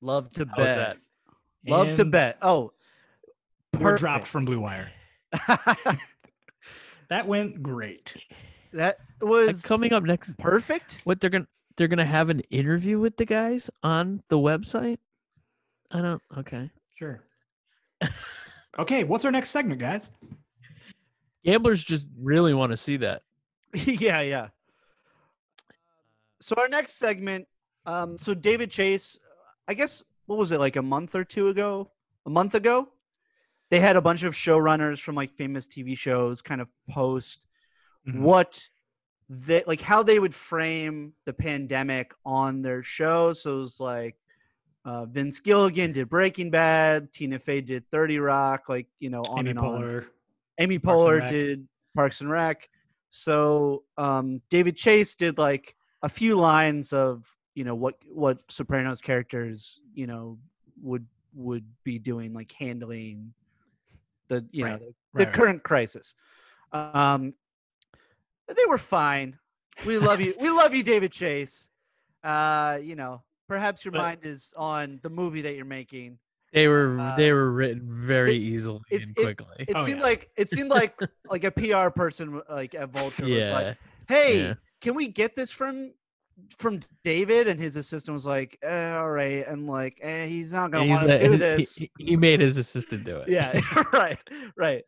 love to
How's
bet.
that?
Love to
And
bet. Oh,
We're dropped
perfect.
from Blue Wire. That went great.
that
And
was
Uh, coming up next,
perfect.
what they're going to. They're gonna have an interview with the guys on the website. I don't. Okay.
Sure. Okay, what's our next segment, guys?
Gamblers just really want to see that.
yeah, yeah. So our next segment. Um, so David Chase, I guess what was it like a month or two ago? A month ago, they had a bunch of showrunners from like famous TV shows kind of post
Mhm.
what they like how they would frame the pandemic on their show. So it was like uh, Vince Gilligan did Breaking Bad, Tina Fey did Thirty Rock, like you know on
Amy
and on.
Poehler.
Amy
Parks and
Poehler
Rec.
did Parks and Rec. So um, David Chase did like a few lines of you know what what Sopranos characters you know would would be doing like handling the you
Right,
know the,
Right, right.
current crisis. Um, they were fine. We love you. we love you, David Chase. Uh, you know, perhaps your
But-
mind is on the movie that you're making.
They were
Uh,
they were written very
it-
easily
it's-
and
it-
quickly.
It
Oh,
seemed
yeah.
like it seemed like like a PR person like at Vulture was like,
yeah,
hey
Yeah.
can we get this from from david and his assistant was like eh, all right and like eh, he's not gonna
And he's like-
want to do
he-
this
He, he made his assistant do it.
yeah right right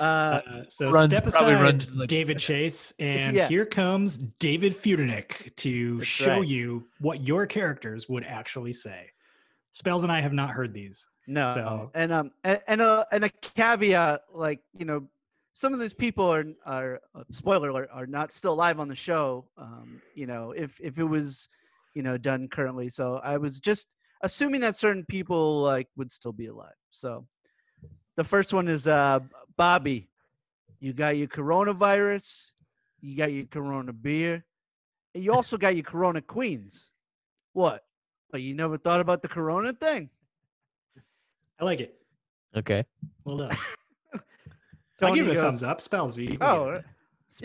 uh
Uh, so
runs-
step
probably
aside,
runs, like-
David Chase, and
Yeah.
here comes David Fudenick to
That's
show
right.
you what your characters would actually say. Spells and I have not heard these.
no
so-
and um and, and a and a caveat like you know some of these people are are uh, spoiler alert are not still alive on the show um you know if if it was you know done currently so i was just assuming that certain people like would still be alive so the first one is uh bobby you got your coronavirus you got your corona beer and you also got your corona queens what But you never thought about the Corona thing?
I like it.
Okay.
Well done. I
Tony
give it a
goes,
thumbs up. Spells. We, we
Oh,
Yeah,
get it.
it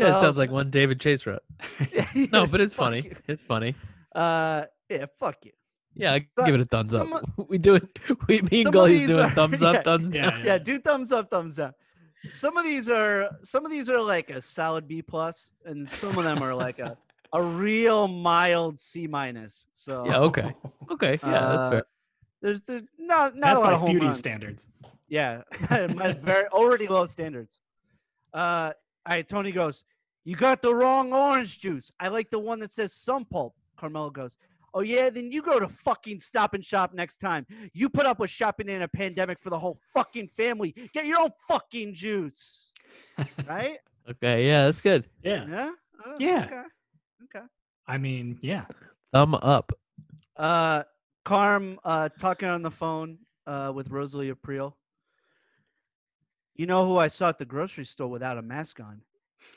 spells-
sounds like one David Chase wrote.
Yeah,
No, but it's
fuck
funny.
you.
It's funny.
Uh, yeah, fuck you.
Yeah, I
So-
give it a thumbs
some
up. We do it. We mean
some of
goalies
these
doing
are-
thumbs up,
yeah,
thumbs down.
Yeah, yeah.
Yeah, do thumbs up, thumbs up. Some of these are some of these are like a solid B plus, and some of them are like a a real mild C minus. So
Yeah. Okay. Okay. Yeah, that's fair.
Uh, There's, there's not not
That's
a lot
by
of home
Feudy
runs.
standards.
Yeah, my very already low standards. Uh, all right, Tony goes, "You got the wrong orange juice. I like the one that says Sun Pulp." Carmelo goes, "Oh yeah, then you go to fucking Stop and Shop next time. You put up with shopping in a pandemic for the whole fucking family. Get your own fucking juice, right?
Okay. Yeah, that's good.
Yeah.
Yeah, Oh,
Yeah.
Okay. okay.
I mean, yeah.
Thumb up.
Uh, Carm uh, talking on the phone uh, with Rosalie April. You know who I saw at the grocery store without a mask on?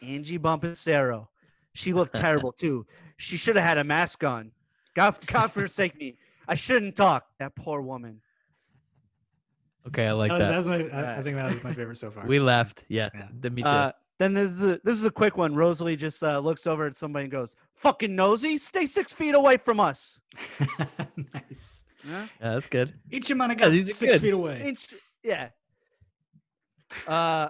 Angie Bompacero. She looked terrible too. She should have had a mask on. God, God forsake me. I shouldn't talk. That poor woman.
Okay, I like
that was,
that.
that was my. I, I
Yeah.
think that was my favorite so far.
we laughed. Yeah.
Yeah.
th- Me too.
Uh, then this is a, this is a quick one. Rosalie just uh, looks over at somebody and goes, "Fucking nosy, stay six feet away from us."
nice.
Yeah.
yeah, that's good.
Eat your money.
Yeah, these are
six
good.
feet away.
Inch, yeah. Uh,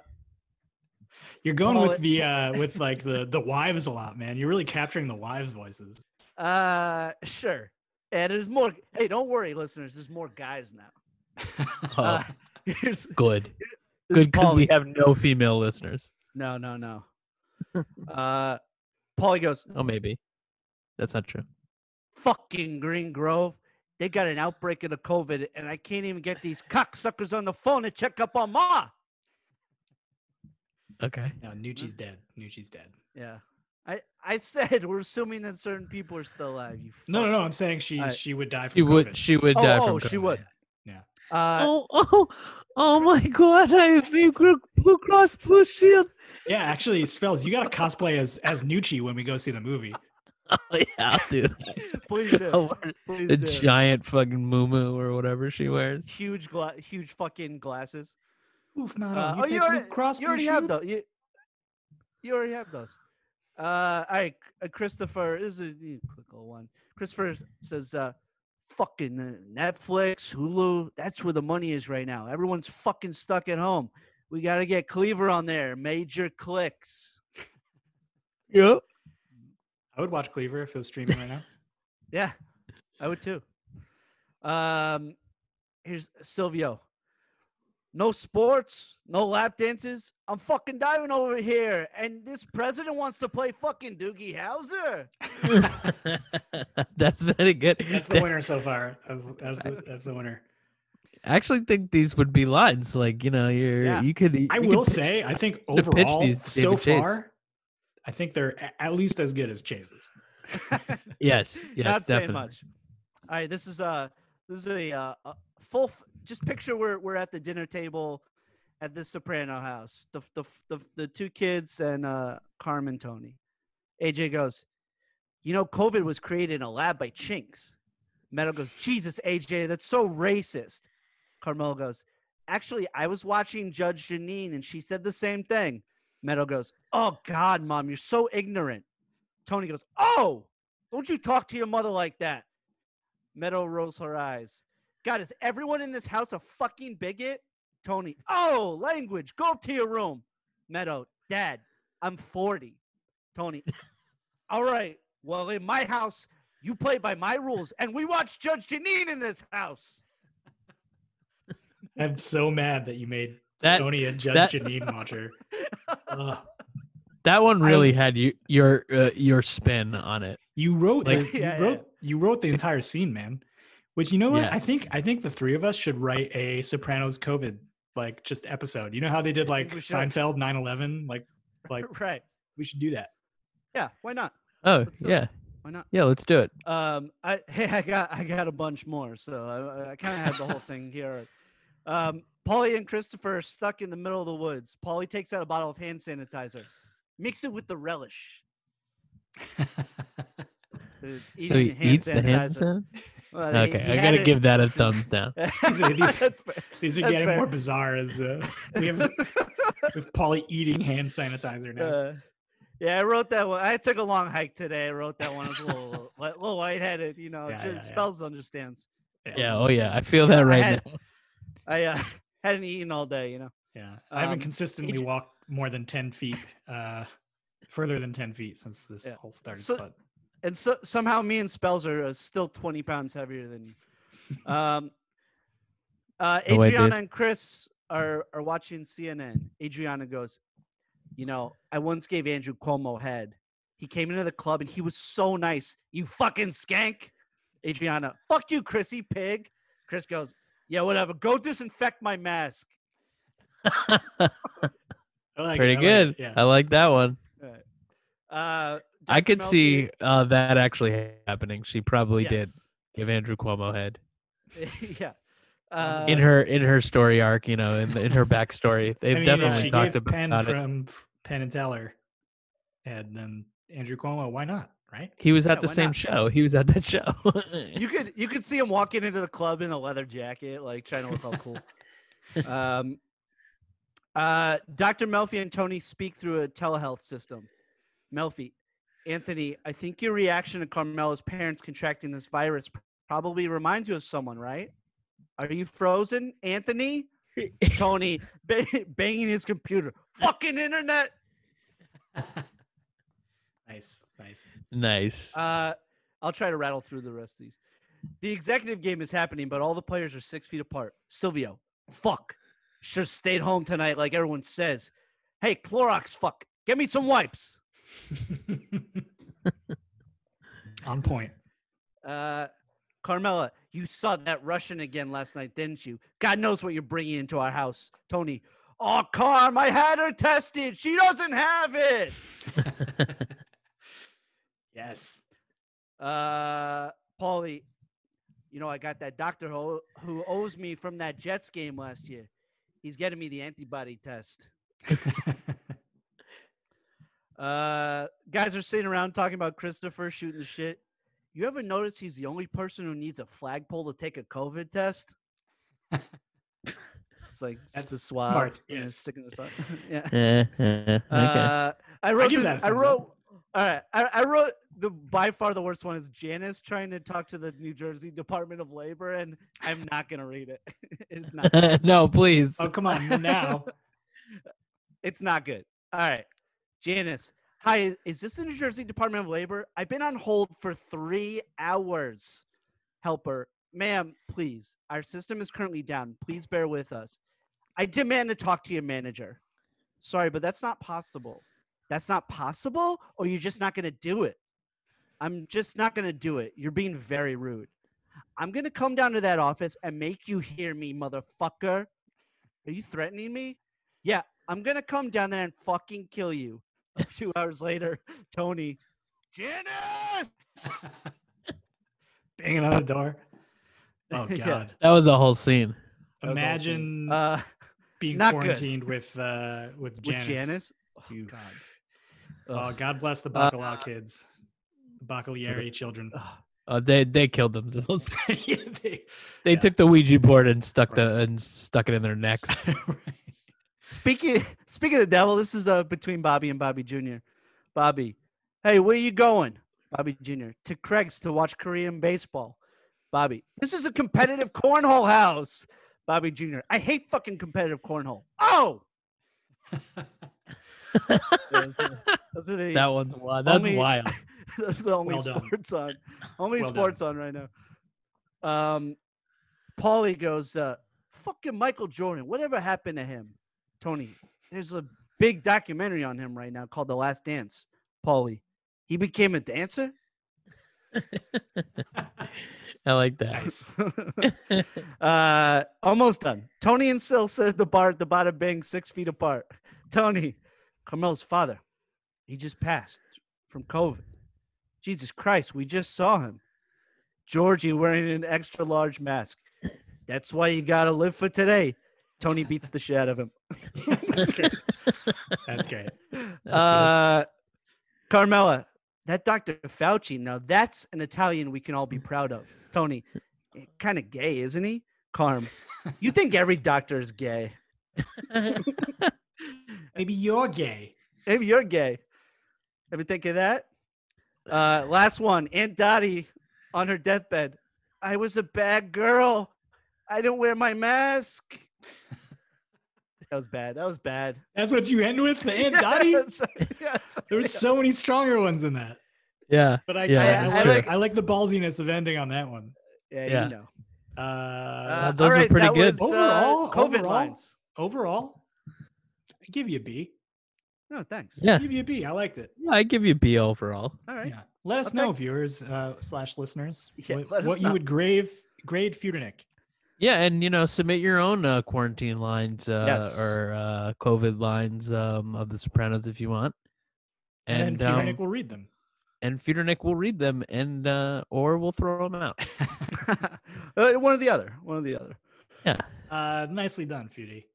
You're going
Well,
with the uh, with like the the wives a lot, man. You're really capturing the wives' voices.
Uh, sure. And there's more. Hey, don't worry, listeners. There's more guys now.
Oh,
Uh, here's,
good.
here's
Good because we
Paulie.
have no female listeners.
No, no, no. uh, Paulie goes,
Oh, maybe. That's not true.
fucking Green Grove. They got an outbreak of the COVID, and I can't even get these cocksuckers on the phone to check up on Ma.
Okay.
No, Nucci's
Mm-hmm.
dead. Nucci's dead.
Yeah. I, I said we're assuming that certain people are still alive. You
No, no,
fuck.
no. I'm saying she
I-
she would die from
She would.
COVID.
She would
Oh,
die from
oh, she
COVID.
would.
Yeah.
Uh,
Oh, oh, oh my God! I mean, Gr- Blue Cross Blue Shield.
Yeah, actually, spells. You got to cosplay as as Nucci when we go see the movie.
Oh yeah, dude.
please do. Please
Oh, the
do.
giant fucking muumuu or whatever she wears.
Huge, gla- huge fucking glasses.
Oof, not
Uh,
on. You
oh,
think
you already,
Luke Cross
you
Blue
already have
Shield?
those. You, you already have those. Uh, all right, uh, Christopher this is a eh, quick little one. Christopher s- says, uh, "Fucking uh, Netflix, Hulu. That's where the money is right now. Everyone's fucking stuck at home. We gotta get Cleaver on there. Major clicks.
Yep.
I would watch Cleaver if it was streaming right now.
Yeah, I would too. Um, here's Silvio. No sports, no lap dances. I'm fucking dying over here, and this president wants to play fucking Doogie Howser.
That's very good.
That's the
That-
winner so far. That's, that's, the- that's the winner.
I actually think these would be lines like you know you're
Yeah.
you could.
I
you could
will
pitch-
say, I think
to pitch
overall,
these
so
David Chase.
far, I think they're a- at least as good as Chase's.
yes, yes,
Not
definitely.
saying much. All right, this is uh this is a, uh, a full. F- just picture we're we're at the dinner table at this Soprano house. The f- the f- the, f- the two kids and uh, Carmen Tony. AJ goes, you know, COVID was created in a lab by chinks. Metal goes, Jesus, AJ, that's so racist. Carmel goes, actually, I was watching Judge Janine and she said the same thing. Metal goes, oh God, mom, you're so ignorant. Tony goes, oh, don't you talk to your mother like that. Meadow rolls her eyes. God, is everyone in this house a fucking bigot? Tony, oh, language, go up to your room. Meadow, Dad, I'm 40. Tony, all right, well, in my house, you play by my rules, and we watch Judge Janine in this house.
I'm so mad that you made
That-
Tony and Judge
that-
Janine watcher. Ugh.
That one
I-
really had you your uh, your spin on it.
You wrote
Like-
like you
Yeah, yeah.
wrote you wrote the entire scene, man. Which you know what?
Yeah.
I think I think the three of us should write a Sopranos COVID like just episode. You know how they did like
we should.
Seinfeld 9/11? Like like
Right.
we should do that.
Yeah, why not?
Oh
Let's do it.
yeah,
Why not?
yeah. Let's do it.
Um, I hey, I got I got a bunch more, so I, I kind of had the whole thing here. Um, Polly and Christopher are stuck in the middle of the woods. Polly takes out a bottle of hand sanitizer, mix it with the relish. They're
So
eating
he eats the hand
sanitizer.
sanitizer?
Well, he-
Okay,
he
I
had
gotta
it-
give that a thumbs down.
That's fair.
These are
That's
getting
fair.
more bizarre as uh, we have with Polly eating hand sanitizer now.
Uh, yeah, I wrote that one. I took a long hike today. I wrote that one. I was a little, li- little lightheaded, you know.
Yeah,
just
yeah, yeah.
Spells understands.
Yeah, oh yeah, I feel that right
had-
now.
I uh, hadn't eaten all day, you know.
yeah. I haven't
um,
consistently
Agent-
walked more than ten feet, uh, further than ten feet since this
Yeah.
whole started.
So-
but
And so somehow me and Spells are uh, still twenty pounds heavier than you. Um, uh,
No way, dude.
Adriana and Chris are are watching CNN. Adriana goes, you know, I once gave Andrew Cuomo head. He came into the club and he was so nice. You fucking skank. Adriana, fuck you, Chrissy pig. Chris goes, yeah, whatever. Go disinfect my mask.
I like it,
Pretty
I like
good.
it, yeah.
I like that one.
Uh,
I
Dr.
could
Melfi-
see uh, that actually happening. She probably did
Yes.
give Andrew Cuomo head
yeah. Uh,
in her in her story arc. You know, in the- in her backstory,
I
they've
mean, if
definitely
she
talked
gave Penn
about it.
from F- Penn and Teller, and then Andrew Cuomo. Why not? Right?
He was
Yeah,
at the
why
same
not?
show. He was at that show.
you could you could see him walking into the club in a leather jacket, like trying to look all cool. um, uh, Dr. Melfi and Tony speak through a telehealth system. Melfi, Anthony, I think your reaction to Carmela's parents contracting this virus p- probably reminds you of someone, right? Are you frozen, Anthony? Tony ba- banging his computer. Fucking internet.
nice, nice.
nice.
Uh, I'll try to rattle through the rest of these. The executive game is happening, but all the players are six feet apart. Silvio, fuck. Should stayed home tonight, like everyone says. Hey, Clorox, fuck. Get me some wipes.
On point.
Uh, Carmela, you saw that Russian again last night, didn't you? God knows what you're bringing into our house. Tony, oh, Carm, I had her tested. She doesn't have it.
Yes.
Uh, Paulie, you know, I got that doctor who, who owes me from that Jets game last year. He's getting me the antibody test. Uh, guys are sitting around talking about Christopher shooting the shit. You ever notice he's the only person who needs a flagpole to take a COVID test? it's like it's
That's
the swab.
smart,
and it's
yes.
sticking this up. yeah.
Eh, eh, okay.
Uh, I wrote.
give
this-
that a
I
thumbs up.
wrote. All right. I, I wrote the by far the worst one is Janice trying to talk to the New Jersey Department of Labor, and I'm not gonna read it. it's not.
no, please.
oh, come on now.
It's not good. All right. Janice, hi. Is this the New Jersey Department of Labor? I've been on hold for three hours. Helper, ma'am, please. Our system is currently down. Please bear with us. I demand to talk to your manager. Sorry, but that's not possible. That's not possible, or you're just not going to do it. I'm just not going to do it. You're being very rude. I'm going to come down to that office and make you hear me, motherfucker. Are you threatening me? Yeah, I'm gonna come down there and fucking kill you. A few hours later, Tony, Janice.
Banging on the door. Oh
Yeah.
God!
That was a whole scene.
That was awesome.
Imagine
Uh,
being
not good.
quarantined with uh, with Janice.
With Janice.
You-
God.
Oh,
Ugh.
God bless the
Uh,
Bacalao kids, Bacalieri children.
Ugh.
Oh, they they killed themselves.
Yeah, they-
they
Yeah.
took the Ouija board and stuck the and stuck it in their necks.
Right.
Speaking speaking of the devil, this is uh between Bobby and Bobby Jr. Bobby, hey, where you going? Bobby Jr. to Craig's to watch Korean baseball. Bobby, this is a competitive cornhole house. Bobby Jr. I hate fucking competitive cornhole. Oh, those are, those are the,
That one's wild. That's
Only-
wild.
Those are the only
Well done.
sports on. Only
Well done.
sports on right now. Um, Paulie goes, uh, "Fucking Michael Jordan. Whatever happened to him?" Tony, there's a big documentary on him right now called The Last Dance. Paulie, he became a dancer.
I like that.
Nice.
uh, almost done. Tony and Sil sit at the bar at the bottom, being six feet apart. Tony, Carmel's father, he just passed from COVID. Jesus Christ, we just saw him. Georgie wearing an extra large mask. That's why you gotta live for today. Tony beats the shit out of him.
That's great. That's great.
That's good.
Uh, Carmela, that Dr. Fauci, now that's an Italian we can all be proud of. Tony, kind of gay, isn't he? Carm, you think every doctor is gay.
Maybe you're gay.
Maybe you're gay. Ever think of that? Uh, last one. Aunt Dottie on her deathbed. I was a bad girl. I didn't wear my mask. That was bad. That was bad.
That's what you end with, the Aunt Dottie.
Yes, yes.
There were so many stronger ones than that.
yeah.
But I,
Yeah,
I-
that's
I,
true.
like, I like the ballsiness of ending on that one.
Yeah,
Yeah.
you know.
Uh,
Uh,
those
all
are
right,
pretty
that
good.
was, uh,
Overall-
COVID
overall?
lines.
overall, I give you a B.
No, thanks.
I
Yeah.
give you a B. I liked it.
I give you B overall.
All right.
Yeah. Let us
I'll
know,
take-
viewers uh, slash listeners,
Yeah,
what,
let us
what you
know.
would grave grade Feudernick.
Yeah, and you know, submit your own uh, quarantine lines uh,
Yes.
or uh, COVID lines um, of The Sopranos if you want,
And,
and
then Feudernick
um,
will read them.
and Feudernick will read them, and uh, or we'll throw them out.
Uh, one or the other. One or the other.
Yeah,
Uh, nicely done, Feudy.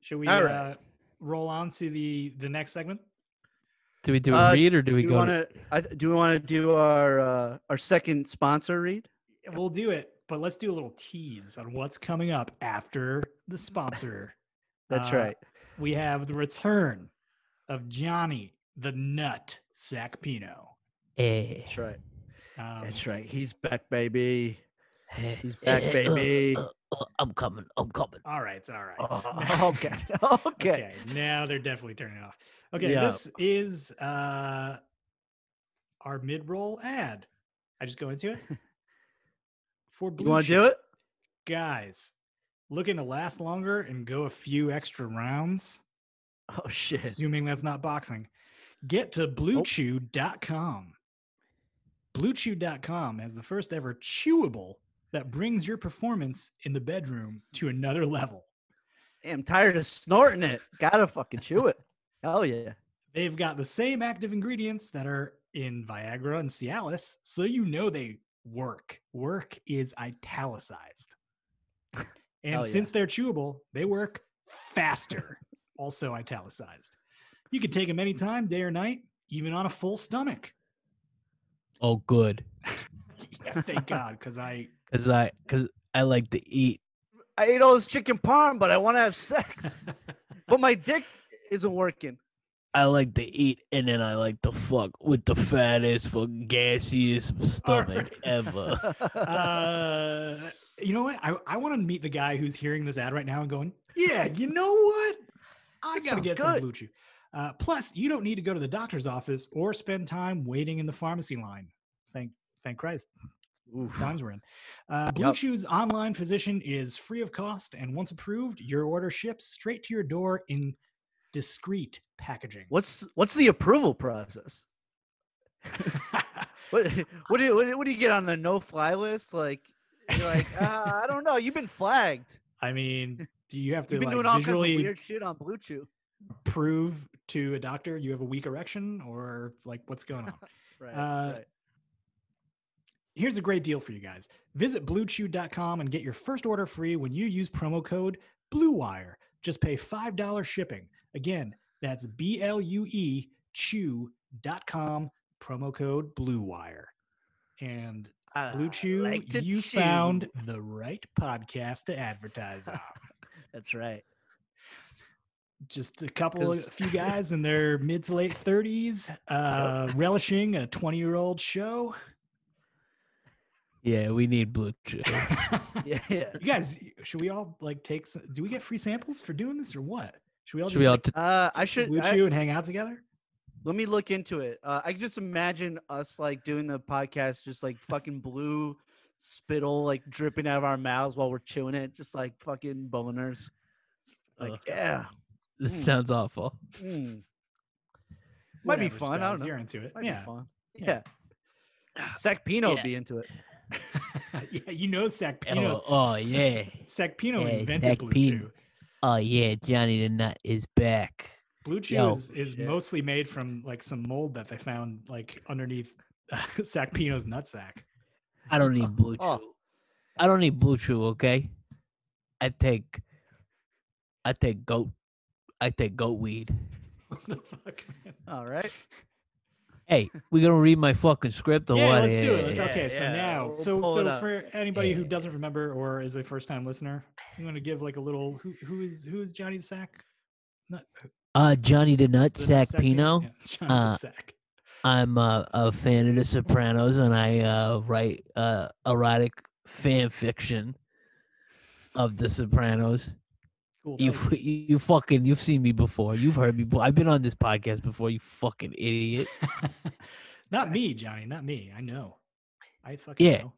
Should we
All
uh, roll on to the the next segment?
do we do a
Uh,
read or do we
Do we
go?
want
to-
to? I th- Do we want to do our uh, our second sponsor read?
We'll do it, but let's do a little tease on what's coming up after the sponsor.
That's
Uh,
right.
We have the return of Johnny the Nut Sacpino.
Eh,
That's right.
Um,
That's right. He's back, baby.
eh,
He's back,
eh, uh,
baby.
uh, uh, I'm coming. I'm coming.
All right, all right.
Oh, okay. Okay.
okay now they're definitely turning it off okay
Yeah.
this is uh our mid-roll ad i just go into it for blue
You want to do it?
guys looking to last longer and go a few extra rounds
Oh shit.
assuming that's not boxing get to bluechew.com bluechew.com has the first ever chewable that brings your performance in the bedroom to another level
I'm tired of snorting it. Gotta fucking chew it. Hell yeah.
They've got the same active ingredients that are in Viagra and Cialis, so you know they work. Work is italicized. And
Hell yeah.
since they're chewable, they work faster, also italicized. You can take them anytime, day or night, even on a full stomach.
Oh, good,
Yeah, thank God, because I
because I because I like to eat.
I ate all this chicken parm, but I want to have sex. but my dick isn't working.
I like to eat, and then I like to fuck with the fattest, fucking gassiest stomach
right.
ever.
uh, you know what? I, I want to meet the guy who's hearing this ad right now and going, yeah, you know what? I got
That
to
sounds
get some
good."
Blue Chew. Uh, plus, you don't need to go to the doctor's office or spend time waiting in the pharmacy line. Thank, thank Christ.
Oof.
Times we're in. Uh, Blue
Yep.
Chew's online physician is free of cost, and once approved, your order ships straight to your door in discreet packaging.
What's what's the approval process? What what do you, what, do- what do you get on the no fly list? Like you're like uh, I don't know. You've been flagged.
I mean, do you have to
You've been
like
doing all kinds of
visually
weird shit on Blue Chew.
prove to a doctor you have a weak erection or like what's going on?
Right.
Uh,
right.
Here's a great deal for you guys. Visit bluechew.com and get your first order free when you use promo code BLUEWIRE. Just pay $5 shipping. Again, that's B L U E chew.com promo code BLUEWIRE. And
Uh, I
Blue Chew,
like to
you
chew.
found the right podcast to advertise on.
That's right.
just a couple, a
'Cause-
few guys in their mid to late thirties, uh, relishing a twenty-year-old show.
Yeah, we need blue chew.
you
Yeah, yeah.
guys, should we all like take? Some, do we get free samples for doing this or what? Should we all
Should
just
we all
like,
t-
Uh, I
take some
should.
blue
I-
chew and hang out together?
Let me look into it. Uh, I can just imagine us like doing the podcast, just like fucking blue spittle like dripping out of our mouths while we're chewing it, just like fucking boners. Like,
Ugh.
yeah,
this
Mm.
sounds awful.
mm, Might be
Whatever,
fun, I don't
Spells,
know.
You're into it.
might
yeah.
be fun. Yeah,
Yeah.
Sac Pino would
Yeah.
be into it.
yeah. You know, Sac
Oh,
Pino.
oh yeah,
Sac Pino
yeah,
invented
Zach
blue
Pino.
chew.
oh yeah. Johnny the Nut is back.
Blue chew
Yo,
is, is
shit.
mostly made from like some mold that they found like underneath Sac Pino's nutsack.
I don't need blue chew.
Oh.
I don't need blue chew. Okay, I take, I take goat, I take goat weed.
Oh,
What the fuck, man?
All right.
Hey, we gonna read my fucking script or
yeah,
what?
let's do
Yeah,
it. Let's,
yeah,
okay, so
yeah.
now,
We'll
so
pull it
so
up.
for anybody who
Yeah.
doesn't remember or is a first time listener, you want to give like a little who who is who is Johnny the Sack?
Uh, Johnny the
The
Nutsack
Sack Man?
Pino.
Yeah, Johnny the
Uh,
Sack.
I'm uh, a fan of The Sopranos, and I uh, write uh, erotic fan fiction of The Sopranos.
Cool.
You,
thank you.
f- you you fucking you've seen me before. You've heard me. before. I've been on this podcast before. You fucking idiot.
not me, Johnny. Not me. I know. I fucking
Yeah.
know.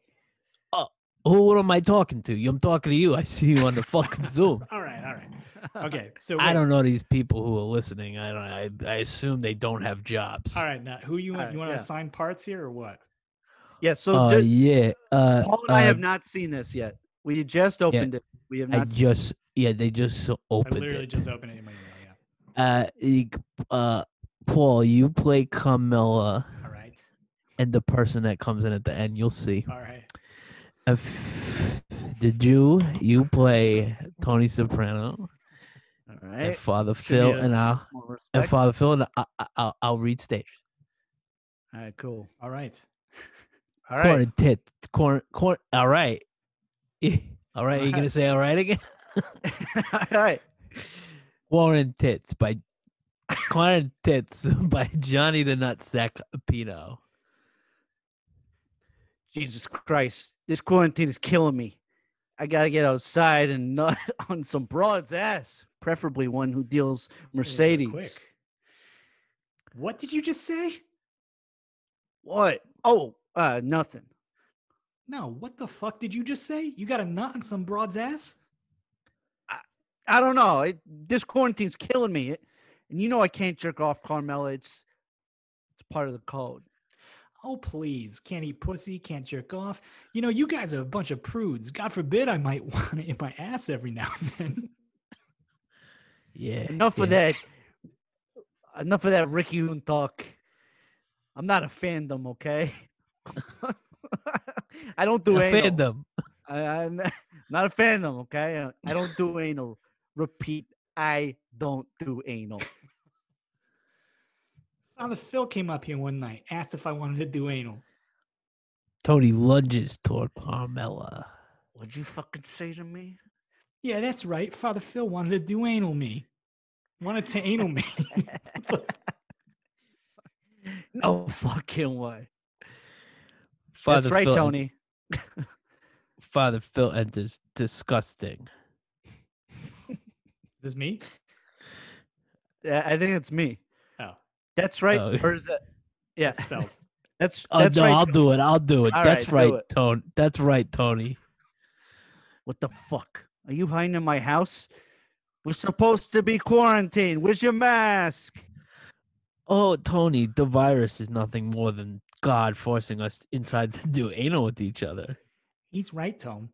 Who what am I talking to? You- I'm talking to you. I see you on the fucking Zoom.
All right. All right. Okay. So
I
wait.
don't know these people who are listening. I don't. I, I assume they don't have jobs.
All right. Now, who you
All
want?
right,
you want to
yeah.
assign parts here or what?
Yeah. So
Oh
ju-
yeah. Uh,
Paul and I
uh,
have not seen this yet. We just opened it. We have
I
not. seen
just yeah. They just so opened
I literally
it.
just opened it in my email.
uh, you- uh, Paul, you play Carmela
Yeah. All right.
and the person that comes in at the end. You'll see.
All right.
If the Jew, you play Tony Soprano
All
and
right.
Father
should be
Phil,
a-
and I'll
More
and
respect. All
Father Phil, and I, I, I'll, I'll read stage.
right. Cool.
All right.
All
Corn
right.
and tit, corn, corn. All right, all right. You gonna say all right again?
All right.
Corn and tits by corn and tits by Johnny the Nutsack Pino.
Jesus Christ. This quarantine is killing me. I got to get outside and nut on some broad's ass, preferably one who deals
Mercedes.
Mercedes.
What did you just say?
What? Oh, uh, nothing.
No, what the fuck did you just say? You got a knot in some broad's ass?
I don't know. It, this quarantine's killing me. It, and you know I can't jerk off Carmela. It's it's part of the code.
Oh, please. Can't eat pussy, can't jerk off. You know, you guys are a bunch of prudes. God forbid I might want it in my ass every now and then.
Yeah.
Enough
yeah.
of that. Enough of that Ricky Hoon talk. I'm not a fandom, okay? I don't do
A
anal.
fandom.
I, I'm not a fandom, okay? Uh, I don't do anal. Repeat, I don't do anal.
Father Phil came up here one night, asked if I wanted to do anal.
Tony lunges toward Carmela.
What'd you fucking say to me?
Yeah, that's right. Father Phil wanted to do anal me. Wanted to anal me.
No fucking way.
Father
That's right,
Phil en-
Tony.
Father Phil enters disgusting.
Is this me?
Uh, I think it's me.
Oh,
That's right.
Oh.
Or is that? Yeah,
that spells.
that's
Oh
that's
no,
right.
I'll
Tony.
do it. I'll do it.
All
That's
right,
right,
do it.
Tony. That's right, Tony.
What the fuck? Are you hiding in my house? We're supposed to be quarantined. Where's your mask?
Oh, Tony, the virus is nothing more than God forcing us inside to do anal with each other.
He's right, Tom.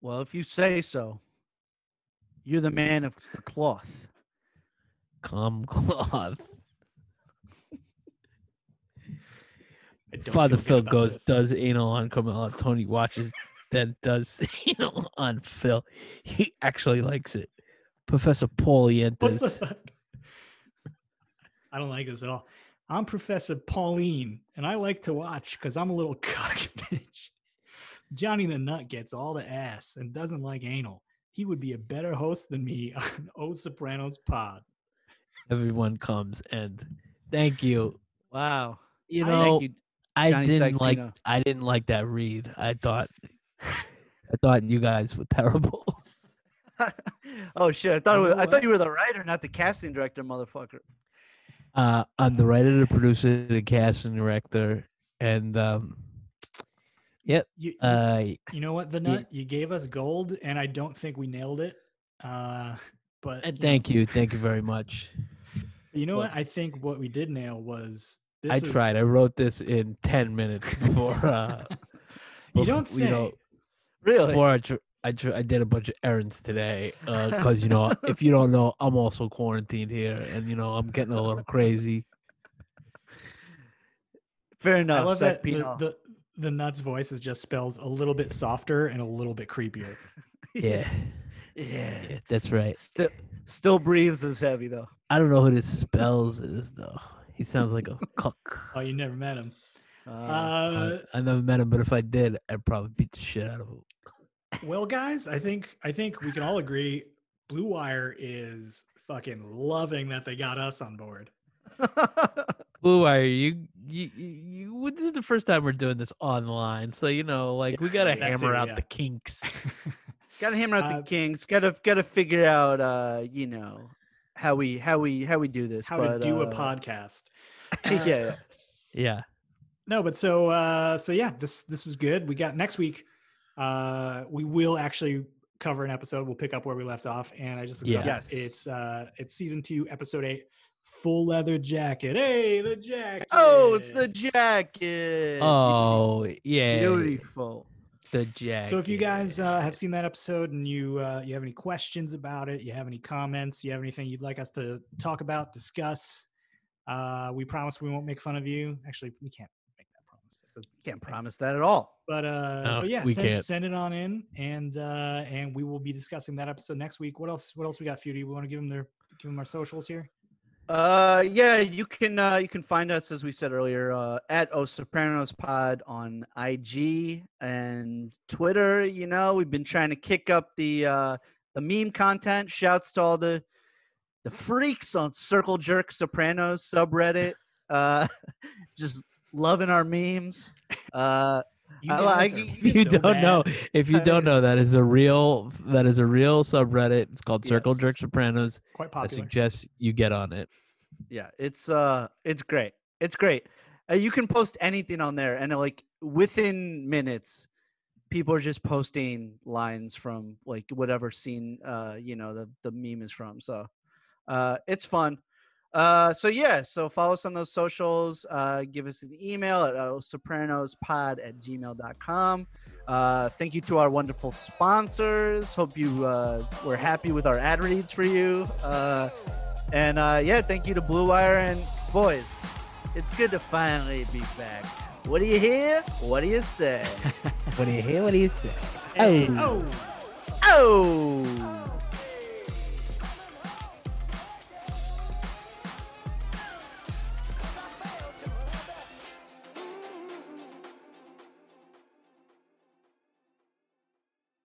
Well, if you say so. You're the man of the cloth.
Come cloth.
I don't
Father
feel good
Phil
about
goes,
this.
does anal on Carmela. Tony watches, then does anal on Phil. He actually likes it. Professor Paulie
What the
enters.
fuck? I don't like this at all. I'm Professor Pauline, and I like to watch because I'm a little cock bitch. Johnny the Nut gets all the ass and doesn't like anal. He would be a better host than me on O Sopranos Pod.
Everyone comes and thank you.
Wow.
You
I
know,
think you-
I
Johnny
didn't like
Saginaw.
I didn't like that read. I thought I thought you guys were terrible.
oh shit! I thought it
You
was,
know
I
what?
thought you were the writer, not the casting director, motherfucker.
Uh, I'm the writer, the producer, the cast and director, and um, yep.
You, you-
Uh,
you know what, the
yeah.
Nut? You gave us gold, and I don't think we nailed it. Uh, but
and
know-
thank you, thank you very much.
You know
Well-
what? I think what we did nail was this
I
is-
tried. I wrote this in ten minutes before. Uh,
you
bef-
don't say.
You know,
Really?
before I, tr- I, tr- I did a bunch of errands today because you know if you don't know, I'm also quarantined here, and you know I'm getting a little crazy.
Fair
I
enough.
love that
Zach
the,
Pino.
the the nuts voice is just spells a little bit softer and a little bit creepier.
Yeah,
yeah.
yeah that's right.
Still, still breathes is heavy though.
I don't know who this spells is though. He sounds like a cock.
Oh, you never met him.
Uh,
Uh,
I, I never met him, but if I did, I'd probably beat the shit out of him.
uh,
well, guys, I think I think we can all agree Blue Wire is fucking loving that they got us on board.
Blue Wire, you, you, you, you well, this is the first time we're doing this online, so you know, like we gotta
that too,
hammer out
yeah.
the kinks.
gotta hammer out
Uh,
the kings. Gotta gotta figure out uh, you know, how we how we how we do this.
How
but,
to do a
uh,
podcast.
yeah, yeah.
yeah,
No, but so uh so yeah, this this was good. We got next week uh we will actually cover an episode. We'll pick up where we left off and I just looked it up.
Yes.
it's uh it's season 2 episode 8 full leather jacket. Hey, the jacket.
Oh, it's the jacket.
Oh yeah,
beautiful.
the jack.
So if you guys uh, have seen that episode and you uh, you have any questions about it, you have any comments, you have anything you'd like us to talk about, discuss, uh, we promise we won't make fun of you. Actually, we can't make that promise. That's a-
Can't promise that at all.
But uh,
No,
but yeah,
we
send,
can't.
send it on in, and uh, and we will be discussing that episode next week. What else? What else we got, Feudy? We want to give them their give them our socials here.
Uh, yeah, you can uh, you can find us as we said earlier uh, at O Sopranos Pod on IG and Twitter. You know, we've been trying to kick up the uh, the meme content. Shouts to all the the freaks on Circle Jerk Sopranos subreddit. Uh, just loving our memes. Uh,
You
I
guys
like-
are
if
if you
so
don't
bad.
know, if you
I-
don't know, that is a real that is a real subreddit. It's called Circle
Yes.
Jerk Sopranos.
quite
I
popular.
suggest you get on it.
yeah it's uh it's great it's great uh, you can post anything on there and uh, like within minutes people are just posting lines from like whatever scene uh you know the, the meme is from so uh it's fun uh so yeah so follow us on those socials uh give us an email at uh, sopranospod at gmail.com uh thank you to our wonderful sponsors hope you uh were happy with our ad reads for you uh and uh, yeah, thank you to Blue Wire and boys. It's good to finally be back. What do you hear? What do you say?
What do you hear? What do you say?
Hey, oh.
oh!